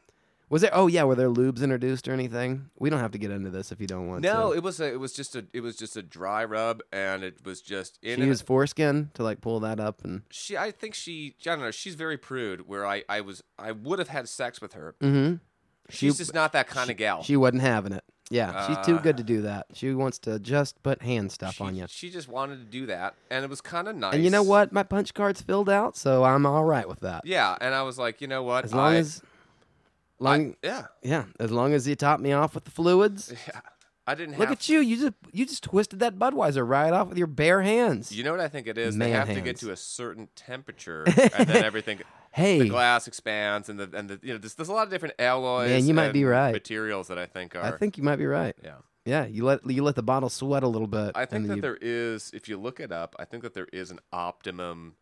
Was there? Oh yeah, were there lubes introduced or anything? We don't have to get into this if you don't want No, to. it was a, it was just a it was just a dry rub, and it was just in. she and- used foreskin to like pull that up and. she, I think she, I don't know. She's very prude. Where I, I was, I would have had sex with her. Mm-hmm. She's She- just not that kind of gal. She wasn't having it. Yeah, she's too Uh. good to do that. She wants to just put hand stuff She- on you. She just wanted to do that, and it was kind of nice. And you know what? My punch card's filled out, so I'm all right with that. Yeah, and I was like, you know what? As long I- as, I- long yeah, yeah, as long as you top me off with the fluids, yeah. I didn't have Look at you. You just you just twisted that Budweiser right off with your bare hands. You know what I think it is? they Man have to get hands. to a certain temperature, and then everything. Hey. the glass expands, and the and the you know, there's, there's a lot of different alloys. Man, you might and be right. Materials that I think are. I think you might be right. Yeah, Yeah, you let you let the bottle sweat a little bit. I think and that you- there is. If you look it up, I think that there is an optimum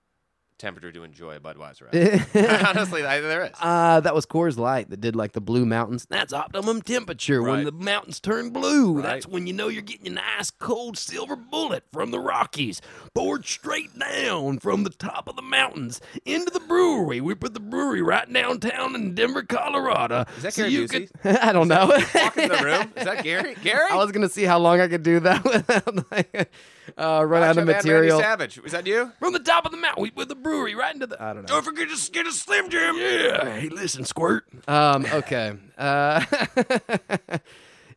temperature to enjoy a Budweiser. At. Honestly, I, there is. Uh, that was Coors Light that did like the blue mountains. That's optimum temperature when Right. the mountains turn blue. Right. That's when you know you're getting an ice cold silver bullet from the Rockies, poured straight down from the top of the mountains into the brewery. We put the brewery right downtown in Denver, Colorado. Is that So Gary you Busey? could- I don't know. Walk into the room. Is that Gary? Gary? I was gonna see how long I could do that without like, uh, run out of Macho Man Randy material. Savage. Was that you? From the top of the mountain, we put the brewery right into the. I don't know. Don't forget to get a Slim Jim. Yeah. Hey, listen, Squirt. Um. Okay. Uh.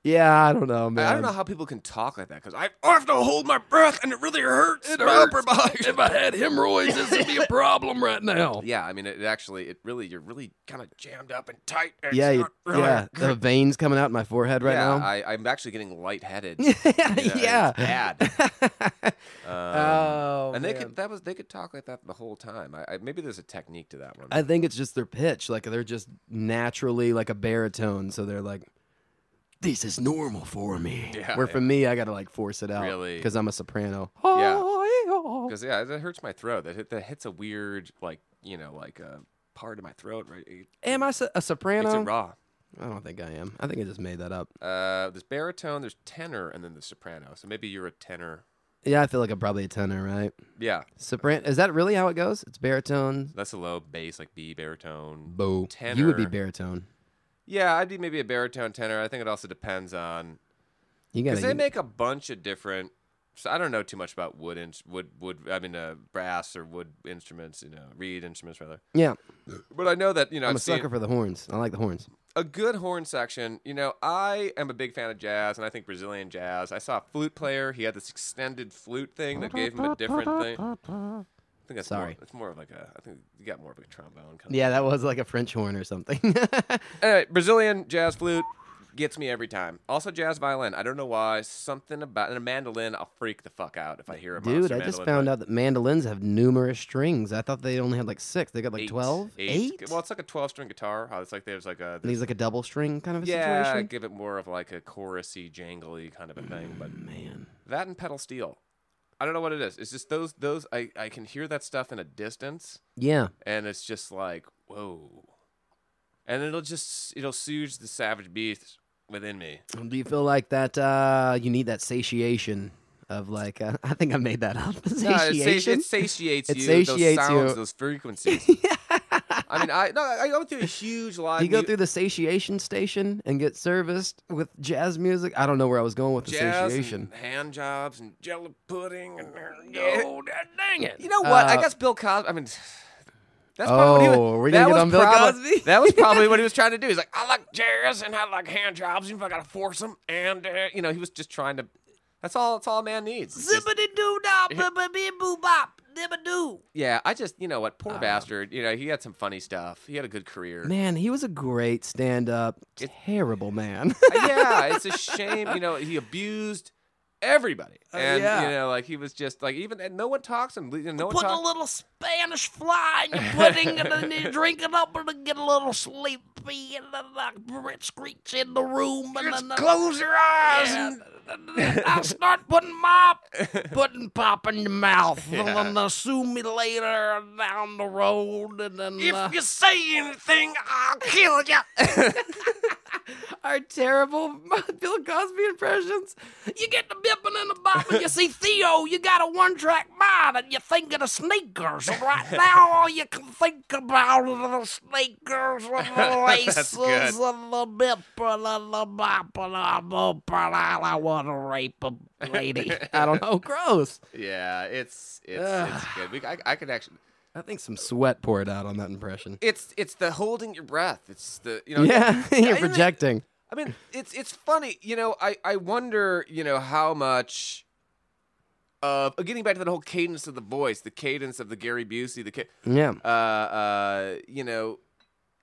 yeah. I don't know, man. I don't know how people can talk like that because I I have to hold my breath, and it really hurts. It hurts. if I had hemorrhoids, this would be a problem right now. Yeah, I mean, it actually, it really, you're really kind of jammed up and tight. And Yeah. it's You, not really- yeah. The veins coming out in my forehead right yeah, now. I, I'm actually getting lightheaded. You know, and yeah. it's bad. Um, oh. and they man. could that was they could talk like that the whole time. I, I, maybe there's a technique to that one. I think it's just their pitch. Like they're just naturally like a baritone, so they're like. This is normal for me. Yeah, Where yeah. for me, I gotta like force it out. Really? Because I'm a soprano. Yeah. Because yeah, that hurts my throat. That hit, that hits a weird like you know like a part of my throat. Right, it Am I so- a makes soprano? it raw. I don't think I am. I think I just made that up. Uh, there's baritone, there's tenor, and then the soprano. So maybe you're a tenor. Yeah, I feel like I'm probably a tenor, right? Yeah, Soprano. Is that really how it goes? It's baritone. that's a low bass, like B baritone. Boo. You would be Tenor. baritone. Yeah, I'd be maybe a baritone tenor. I think it also depends on You because gotta. they make a bunch of different. So I don't know too much about wood ins- wood wood. I mean, uh, brass or wood instruments. You know, reed instruments rather. yeah, But I know that you know I'm a I've seen sucker for the horns. I like the horns. a good horn section. You know, I am a big fan of jazz, and I think Brazilian jazz. I saw a flute player. He had this extended flute thing that gave him a different thing. I think that's Sorry. More, it's more of like a. I think you got more of a trombone. Kind Yeah, that was like a French horn or something. Of. Anyway, Brazilian jazz flute gets me every time. Also, jazz violin. I don't know why. Something about and a mandolin. I'll freak the fuck out if I hear a Dude, monster I just mandolin found play. out that mandolins have numerous strings. I thought they only had like six. They got like Eight. twelve. Eight? Well, it's like a twelve-string guitar. How it's like there's like a and he's like a double string kind of a yeah, situation. give it more of like a chorusy, jangly kind of a thing. But Man, That and pedal steel. I don't know what it is. It's just those those I, I can hear that stuff in a distance yeah, and it's just like, whoa. And it'll just it'll soothe the savage beast within me. do you feel like that? uh You need that satiation of like. Uh, I think I made that up. No, it sa- satiation. It satiates It you. satiates those sounds, you. those frequencies. I mean I no, I go through a huge line. Do you go through the satiation station and get serviced with jazz music? I don't know where I was going with the jazz satiation. and hand jobs and jello pudding and Oh, that- dang it. You know what? I Uh, guess Bill Cosby. I mean, that's probably what he Oh, was, are we gonna that get was on Bill probably- Cosby? that was probably what he was trying to do. He's like, I like jazz and I like hand jobs, even if I gotta force them. And uh, you know, he was just trying to. That's all. That's all a man needs. It's just- Zippity doo dah, bibbidi boo bop, dibba doo. yeah, I just you know what, poor bastard. You know, he had some funny stuff. He had a good career. Man, he was a great stand-up. Terrible man. Uh, yeah, it's a shame. You know, he abused everybody, and yeah. you know, like he was just like even and no one talks him. You know, no one Put a talks. little Spanish fly in your pudding and then you drink it up and then get a little sleepy and then the bird screech in the room and then the, Close your eyes. Yeah, and- I start putting my putting pop in your mouth and Yeah. then uh, sue me later down the road and then uh, If you say anything, I'll kill you. Our terrible Bill Cosby impressions. You get the bipping and the bopping. You see Theo, you got a one track mind and you're thinking of sneakers. And right now, all you can think about are the sneakers and the That's laces good. and the bipping and the bopping. I'm open and I want to rape a lady. I don't know. Gross. Yeah, it's it's, it's good. We, I, I could actually. I think some sweat poured out on that impression. It's it's the holding your breath. It's the you know. Yeah, you're isn't it- projecting. I mean, it's it's funny. You know, I I wonder. You know how much. Of getting back to the whole cadence of the voice, the cadence of the Gary Busey, the ca- Yeah. uh, uh, you know,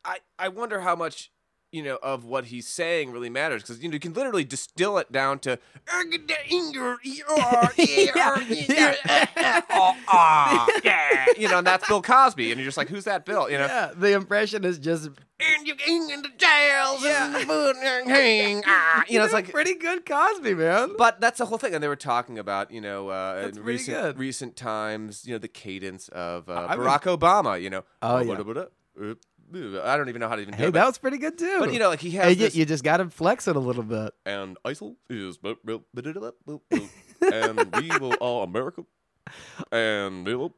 I I wonder how much you know of what he's saying really matters because you know you can literally distill it down to you know and that's Bill Cosby and you're just like who's that Bill you know Yeah, the impression is just and you're in the jails and the boot- hang, ah. you know it's like pretty good Cosby, man. but that's the whole thing and they were talking about you know uh, That's in pretty recent good. recent times you know the cadence of uh, I would- Barack Obama you know Oh, yeah. I don't even know how to even do Hey, it, that was pretty good too. but, but you know like he has and yet this, you just got to flex it a little bit. and ISIL is bu- bu- bu- du- du- bu- bu- and we will all America and we will.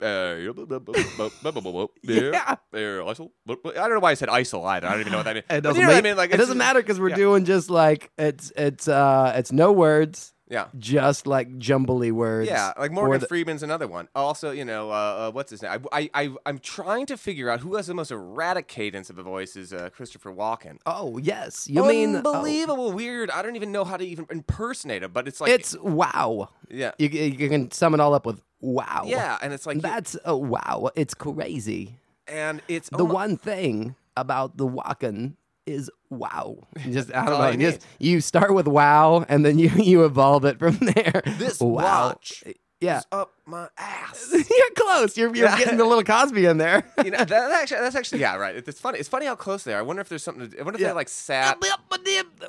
Uh, yeah, bu- bu- bu- bu- bu- bu- bu- bu- yeah, Yeah. yeah, ISIL. Bu- bu- I don't know why I said ISIL either. I don't even know what that means. It But doesn't, you know what I make- mean? Like, it it's- doesn't matter because we're yeah. doing just like it's it's uh it's no words, Yeah, just like jumbly words. yeah. Like for Morgan the- Freeman's another one. Also, you know, uh, uh, what's his name? I, I, I, I'm trying to figure out who has the most erratic cadence of a voice. Is uh, Christopher Walken? Oh yes, you mean oh, unbelievable, weird. I don't even know how to even impersonate him, but it's like it's wow. yeah, You, you can sum it all up with wow. yeah, and it's like that's oh wow. It's crazy. and it's the almo- one thing about the Walken is wow. You Just I don't all know. you You, just, you start with wow, and then you you evolve it from there. This wow. watch yeah. is up my ass. you're close. You're, you're Yeah. getting the little Cosby in there. you know, that, that actually, that's actually, yeah, right. It's funny. It's funny how close they are. I wonder if there's something. To, I wonder if Yeah. they like sat.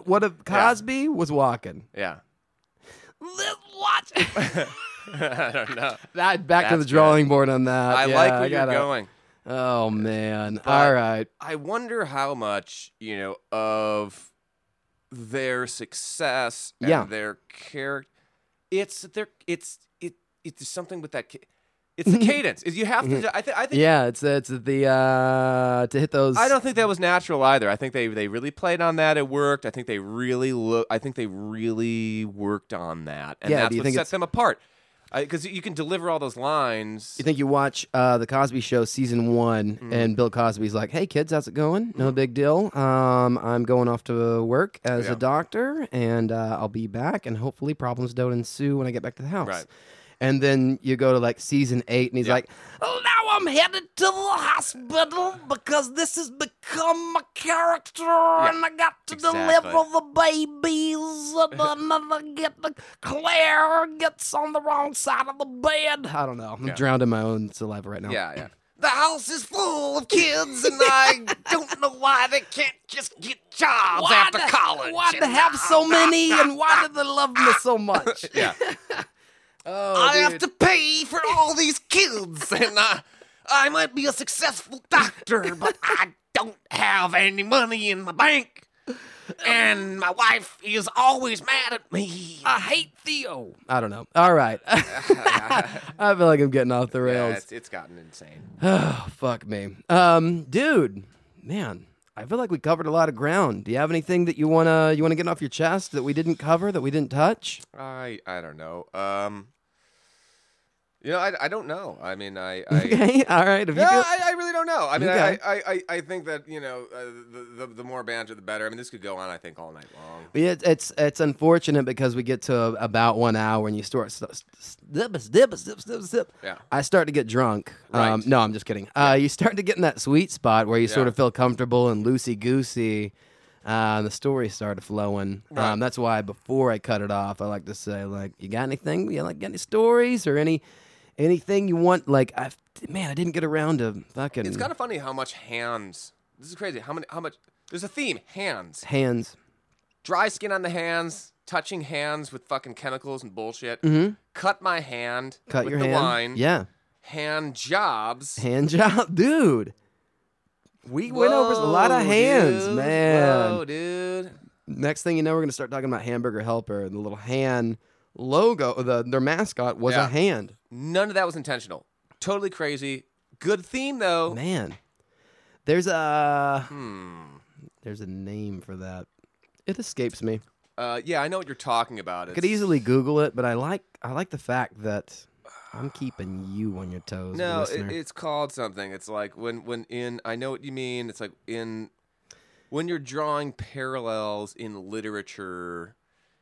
what if Cosby was walking? Yeah. watch. I don't know. That back to the That's good. drawing board on that. I Uh, Yeah, like where you're gotta- going. Oh man. All right. I wonder how much you know of their success and Yeah. their character. It's their. It's it. It's something with that. Ca- it's the cadence. You have Mm-hmm. to. I, th- I think. Yeah, it's it's the uh to hit those I don't think that was natural either. I think they they really played on that. It worked. I think they really look. I think they really worked on that, and Yeah, that's do you what think set it's- them apart. Because you can deliver all those lines. You think you watch uh, the Cosby Show season one, Mm-hmm. and Bill Cosby's like, "Hey kids, how's it going? No big deal. Um, I'm going off to work as Yeah. a doctor, and uh, I'll be back, and hopefully problems don't ensue when I get back to the house." Right. And then you go to like season eight, and he's Yeah. like, Now I'm headed to the hospital because this has become my character, and I got to exactly. deliver the babies, and another get the Claire gets on the wrong side of the bed. "I don't know, I'm Yeah. drowned in my own saliva right now." yeah, yeah. The house is full of kids, and I don't know why they can't just get jobs after college. Why do they have so many, and why do they love me so much? Yeah. Oh, I have dude. to pay for all these kids, and I, I might be a successful doctor, but I don't have any money in my bank. And my wife is always mad at me. I hate Theo. I don't know. All right, I feel like I'm getting off the Yeah, rails. it's, it's gotten insane. Oh, fuck me. Um, dude, man, I feel like we covered a lot of ground. Do you have anything that you wanna you wanna get off your chest that we didn't cover, that we didn't touch? I I don't know. Um, you know, I, I don't know. I mean, I, I Okay, all right. If you no, feel- I, I really don't know. I mean, Okay. I, I, I, I think that you know, uh, the, the the more banter, the better. I mean, this could go on. I think all night long. It, it's it's unfortunate because we get to about one hour and you start st- st- dip, dip, dip, dip, dip. Yeah. I start to get drunk. Um, Right. no, I'm just kidding. Uh, you start to get in that sweet spot where you sort Yeah. of feel comfortable and loosey goosey. Uh, and the story started flowing. Right. Um, that's why before I cut it off, I like to say like, you got anything? You like got any stories or any anything you want? Like, I man, I didn't get around to fucking It's kind of funny how much hands. This is crazy. How many? How much? There's a theme. Hands. hands. Dry skin on the hands. Touching hands with fucking chemicals and bullshit. Cut my hand. Mm-hmm. Cut with your the hand. Line. Yeah, Hand jobs. hand job, dude. We went over a lot of Whoa, hands, dude. man. Whoa, dude. Next thing you know, we're gonna start talking about Hamburger Helper and the little hand logo. uh, The their mascot was Yeah. a hand. None of that was intentional. Totally crazy. Good theme though. Man, there's a Hmm. there's a name for that. It escapes me. Uh, yeah, I know what you're talking about. I It's, could easily Google it, but I like I like the fact that I'm keeping you on your toes, No, listener. it, it's called something. It's like when when in I know what you mean. It's like in when you're drawing parallels in literature,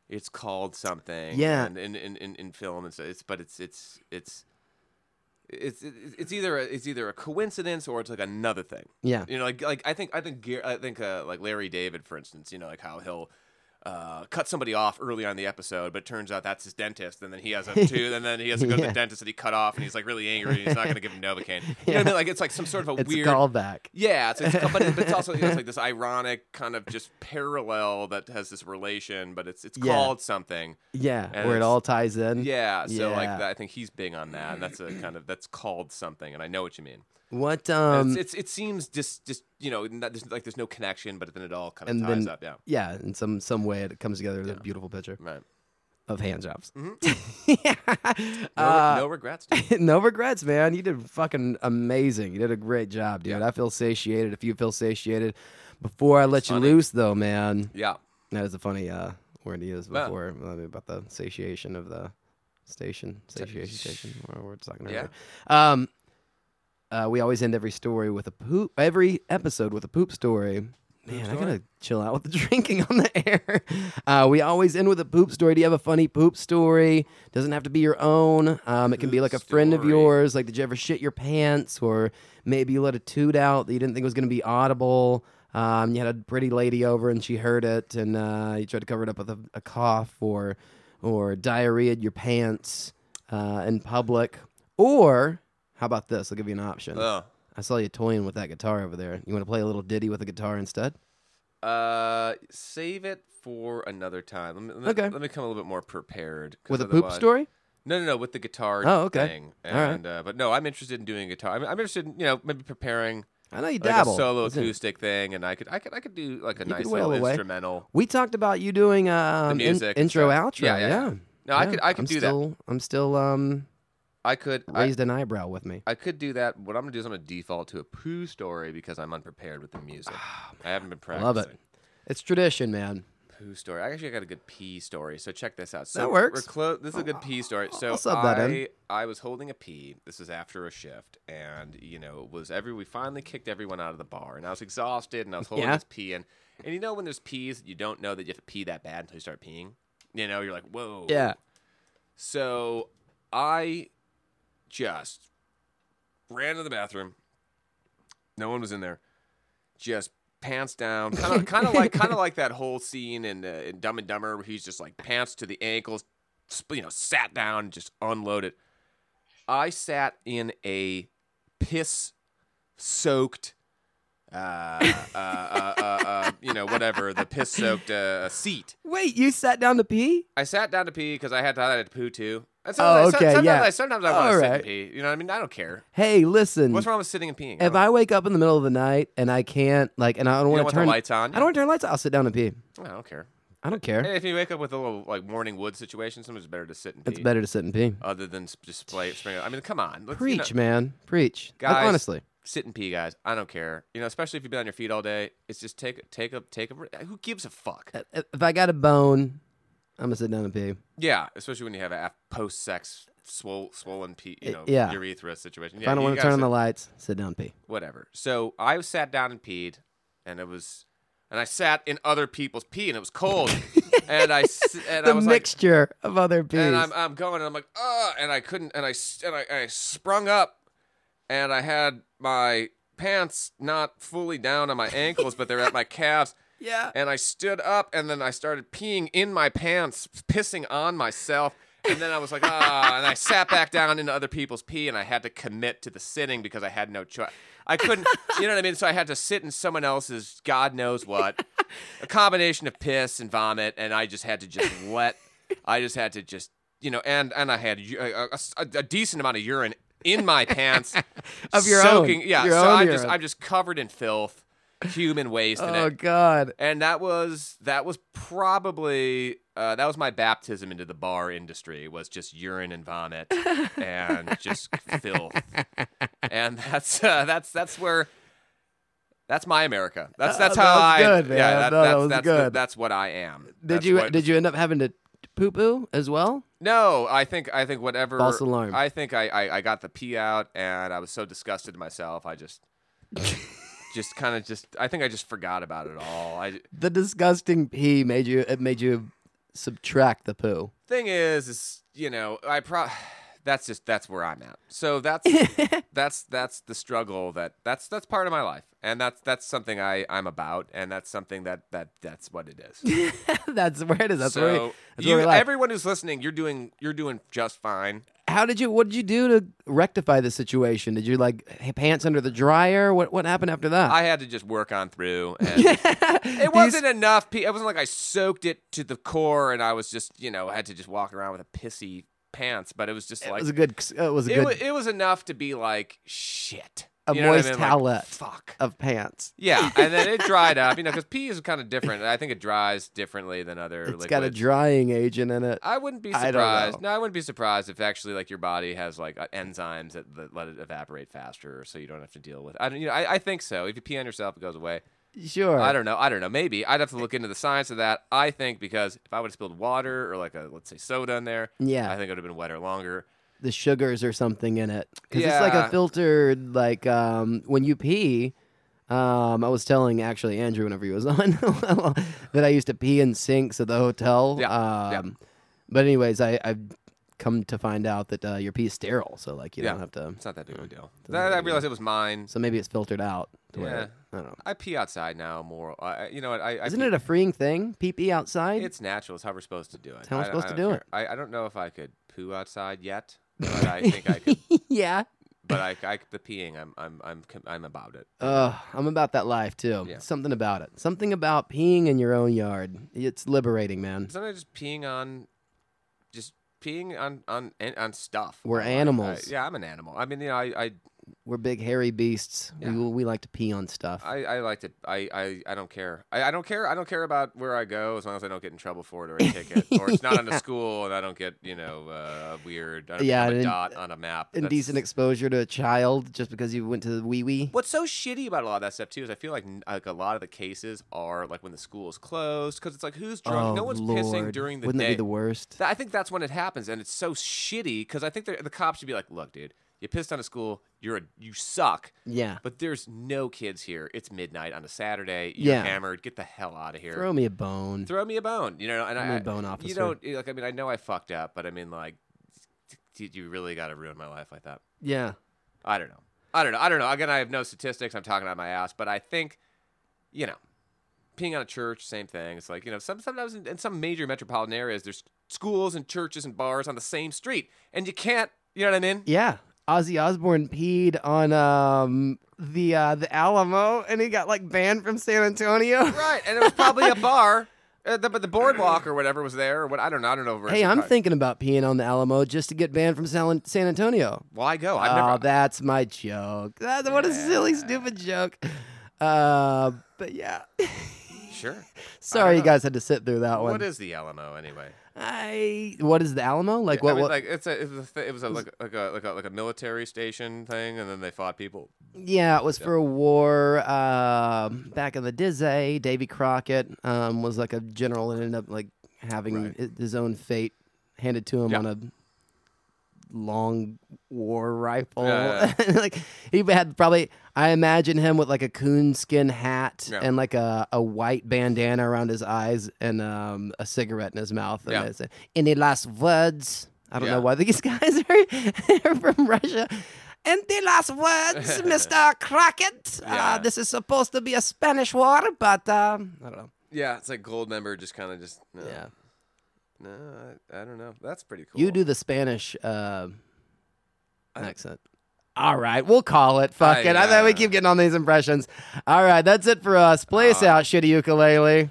it's called something. Yeah. and in in, in, in film, it's, it's but it's it's it's it's it's it's either a, it's either a coincidence or it's like another thing. Yeah. You know, like like I think I think Gar- I think uh, like Larry David, for instance, you know, like how he'll. Uh, cut somebody off early on in the episode, but turns out that's his dentist, and then he has a tooth, and then he has to go to Yeah. the dentist that he cut off, and he's like really angry, and he's not going to give him Novocaine. You know what I mean? Like it's like some sort of a It's weird a callback. yeah, it's, it's, but it- but it's also you know, it's like this ironic kind of just parallel that has this relation, but it's it's Yeah. called something. Yeah, And where it it's- all ties in. Yeah, so like Yeah. that, I think he's big on that, and that's a kind of that's called something, and I know what you mean. What And um it's, it's it seems just just you know not, there's, like there's no connection, but then it all kind of And ties then- up. Yeah, yeah, in some some way it comes together with a beautiful picture right. of hand jobs. Mhm. yeah. No, re- Uh, no regrets. dude. no regrets, man. You did fucking amazing. You did a great job, dude. I feel satiated. If you feel satiated, before I let you funny. loose, though, man, yeah, that is a funny uh, word to use Well- before uh, about the satiation of the station, satiation station. What we're talking Yeah. about. Yeah. Um, uh, we always end every story with a poop. Every episode with a poop story. Man, I story? gotta chill out with the drinking on the air. Uh, we always end with a poop story. Do you have a funny poop story? Doesn't have to be your own. Um, it can be Poop like a friend of story. yours. Like, did you ever shit your pants, or maybe you let a toot out that you didn't think was gonna be audible? Um, you had a pretty lady over and she heard it, and uh, you tried to cover it up with a, a cough, or or diarrhea your pants uh, in public, or how about this? I'll give you an option. oh. I saw you toying with that guitar over there. You want to play a little ditty with a guitar instead? Uh, save it for another time. Let me, let me, Okay. let me come a little bit more prepared 'cause With a poop otherwise- story? No, no, no, with the guitar. Oh, okay. Thing. All right. And, uh, but no, I'm interested in doing guitar. I'm, I'm interested in you know maybe preparing I know you like dabble. a solo Isn't it? acoustic thing, and I could I could I could do like a could nice wail little away. instrumental. We talked about you doing um, in- music and intro stuff. outro. Yeah, yeah, yeah. No, I Yeah. could I could I'm do that. still, I'm still um, I could I, raised an eyebrow with me. I could do that. What I'm gonna do is I'm gonna default to a poo story because I'm unprepared with the music. I haven't been practicing. Ah, Love it. It's tradition, man. Poo story. I actually got a good pee story. So check this out. So That works. We're close. This is a good pee story. So I'll sub I that in. I was holding a pee. This is after a shift, and you know it was every. We finally kicked everyone out of the bar, and I was exhausted, and I was holding Yeah. this pee, and and you know when there's pees, you don't know that you have to pee that bad until you start peeing. You know, you're like, whoa. Yeah. So I just ran to the bathroom. No one was in there. Just pants down, kind of, kind of like, kind of like that whole scene in, uh, in Dumb and Dumber where he's just like pants to the ankles, sp- you know, sat down, and just unloaded. I sat in a piss-soaked, uh, uh, uh, uh, uh, you know, whatever the piss-soaked uh, seat. Wait, you sat down to pee? I sat down to pee because I had to, I had to poo too. And Oh, sometimes, okay, sometimes yeah. I, sometimes I want to sit Alright. and pee. You know what I mean? I don't care. Hey, listen. What's wrong with sitting and peeing? Hmm. If I, I wake up in the middle of the night and I can't, like, and I don't don't, you want don't want to turn, the I lights on. don't want to turn lights. I'll sit down and pee. I don't care. I don't care. And if you wake up with a little like morning wood situation, sometimes it's better to sit and pee. It's better to sit and pee. Other than sp- just play, spring. I mean, come on. Let's, you know, Preach, man. Preach. Like, Guys- honestly. sit and pee, guys. I don't care. You know, especially if you've been on your feet all day. It's just take take a take a. Who gives a fuck? I- I- If I got a bone, I'm gonna sit down and pee. Yeah, especially when you have a post sex swol- swollen pee, you Uh, know, yeah. urethra situation. if I don't want to turn on the lights, sit down and pee. whatever. So I sat down and peed, and it was, and I sat in other people's pee, and it was cold, and I s- and I The was mixture of other like, pees. and I'm I'm going, and I'm like, oh, and I couldn't, and I s- and I, and I sprung up, and I had my pants not fully down on my ankles, but they're at my calves. Yeah. And I stood up and then I started peeing in my pants, pissing on myself. And then I was like, ah, and I sat back down into other people's pee and I had to commit to the sitting because I had no choice. I couldn't, you know what I mean? So I had to sit in someone else's God knows what, a combination of piss and vomit. And I just had to just let, I just had to just, you know, and, and I had u- a, a- a- a decent amount of urine in my pants. Of your own. soaking, Yeah. Your so own I'm just, urine. I'm just covered in filth, human waste. and oh God. and that was that was probably uh, that was my baptism into the bar industry was just urine and vomit and just filth and that's uh, that's that's where that's my America that's that's Uh, how that was I good, man. yeah that, No, that that's was that's The, good. that's what I am Did you did you end up having to poo poo as well? no I think I think whatever False alarm. I think I, I I got the pee out and I was so disgusted in myself I just. Just kind of just, I think I just forgot about it all. I, The disgusting pee made you. It made you subtract the poo. thing is, is you know, I pro that's just that's where I'm at. So that's that's that's the struggle that that's that's part of my life, and that's that's something I I'm about, and that's something that that that's what it is. that's where it is. That's so where. we- that's you, where we laugh. everyone who's listening, you're doing you're doing just fine. How did you? What did you do to rectify the situation? Did you like h- pants under the dryer? What What happened after that? I had to just work on through. And it wasn't enough. pe- It wasn't like I soaked it to the core, and I was just you know had to just walk around with a pissy pants. But it was just it like was a good. It was a it, good wa- it was enough to be like shit. A You know what I moist mean? Like, towelette. Fuck. of pants. Yeah, and then it dried up, you know, because pee is kind of different. I think it dries differently than other It's liquids. got a drying agent in it. I wouldn't be I don't surprised. know. No, I wouldn't be surprised if actually like your body has like uh, enzymes that, that let it evaporate faster, so you don't have to deal with. I don't, you know, I, I think so. If you pee on yourself, it goes away. Sure. I don't know. I don't know. Maybe I'd have to look into the science of that. I think because if I would have spilled water or like a let's say soda in there, Yeah. I think it would have been wetter longer. the sugars or something in it because it's like a Yeah. filtered like um, when you pee um, i was telling actually andrew whenever he was on that i used to pee in sinks at the hotel Yeah, yeah. um, but anyways I, i've come to find out that uh, your pee is sterile so like you Yeah. don't have to It's not that big of a deal. Mm. Doesn't Then I really- realized it was mine. so maybe it's filtered out to where Yeah. it- i don't know I pee outside now more. I, I- you know what? I, I isn't pee- it a freeing thing pee pee outside It's natural. It's how we're supposed to do it. It's how we're I- supposed I to don't do care. I, I don't know if I could poo outside yet, but I think I could. yeah But I, I the peeing, I'm, I'm, I'm, com- I'm about it. Ugh, I'm about that life too. Yeah. Something about it. Something about peeing in your own yard. It's liberating, man. Sometimes just peeing on, just peeing on, on, an- on stuff. We're I- I- animals. yeah, I'm an animal. I mean, you know, I, I, We're big hairy beasts. Yeah. We, we like to pee on stuff. I, I like to. I, I, I don't care. I, I don't care. I don't care about where I go as long as I don't get in trouble for it or a ticket, or it's not on a school and I don't get you know uh, weird. I don't Yeah, have a and- dot on a map. That's- Indecent exposure to a child just because you went to the wee wee. What's so shitty about a lot of that stuff too is I feel like n- like a lot of the cases are like when the school is closed because it's like who's drunk? Oh, no one's Lord. pissing during the Wouldn't day. that be the worst? Th- I think that's when it happens, and it's so shitty because I think they're- the cops should be like, "Look, dude, you pissed on a school. You're a you suck." yeah. But there's no kids here. It's midnight on a Saturday. You're Yeah. hammered. Get the hell out of here. Throw me a bone. Throw me a bone. You know, and Throw I me a bone, You officer. don't eh, like. I mean, I know I fucked up, but I mean, like, did you really got to ruin my life like that? yeah. I don't know. I don't know. I don't know. Again, I have no statistics. I'm talking out my ass, but I think, you know, peeing on a church, same thing. It's like you know, some sometimes in, in some major metropolitan areas, there's schools and churches and bars on the same street, and you can't. You know what I mean? Yeah. Ozzy Osbourne peed on um the uh, the Alamo and he got like banned from San Antonio. Right. And it was probably a bar, uh, the, but the boardwalk or whatever was there, or what? I don't know. I don't know. where Hey, it's I'm probably- thinking about peeing on the Alamo just to get banned from San San Antonio. Why go? I've oh, never. that's my joke. That, What a silly, stupid joke. Uh, but yeah, Sure. sorry you know. guys had to sit through that one. What is the Alamo anyway? I? What is the Alamo? Like what? I mean, what like it's a it was a, th- it was a like, like a like a like a military station thing, and then they fought people. yeah, it was for a war um back in the Dizzy. Davy Crockett um, was like a general and ended up like having Right. hi- his own fate handed to him Yeah. on a long war rifle. Yeah, like he had probably I imagine him with like a coonskin hat Yeah. and like a, a white bandana around his eyes and um, a cigarette in his mouth. And Yeah. it's, uh, Any last words? I don't know Yeah. why these guys are from Russia. Any last words, Mr. Crockett? Uh, Yeah. this is supposed to be a Spanish war, but um, I don't know. Yeah, it's like gold member just kind of just no, Yeah. no, I, I don't know. That's pretty cool. You do the Spanish uh, accent. All right, we'll call it. Fuck I- it. I uh, thought we yeah. keep getting on these impressions. All right, that's it for us. Play us Uh, out, shitty ukulele.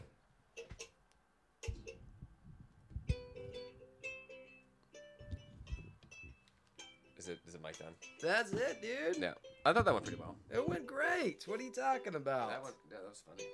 Is it is it mic done? That's it, dude. No, I thought that went pretty well. It went great. What are you talking about? Oh. That one, yeah, that was funny.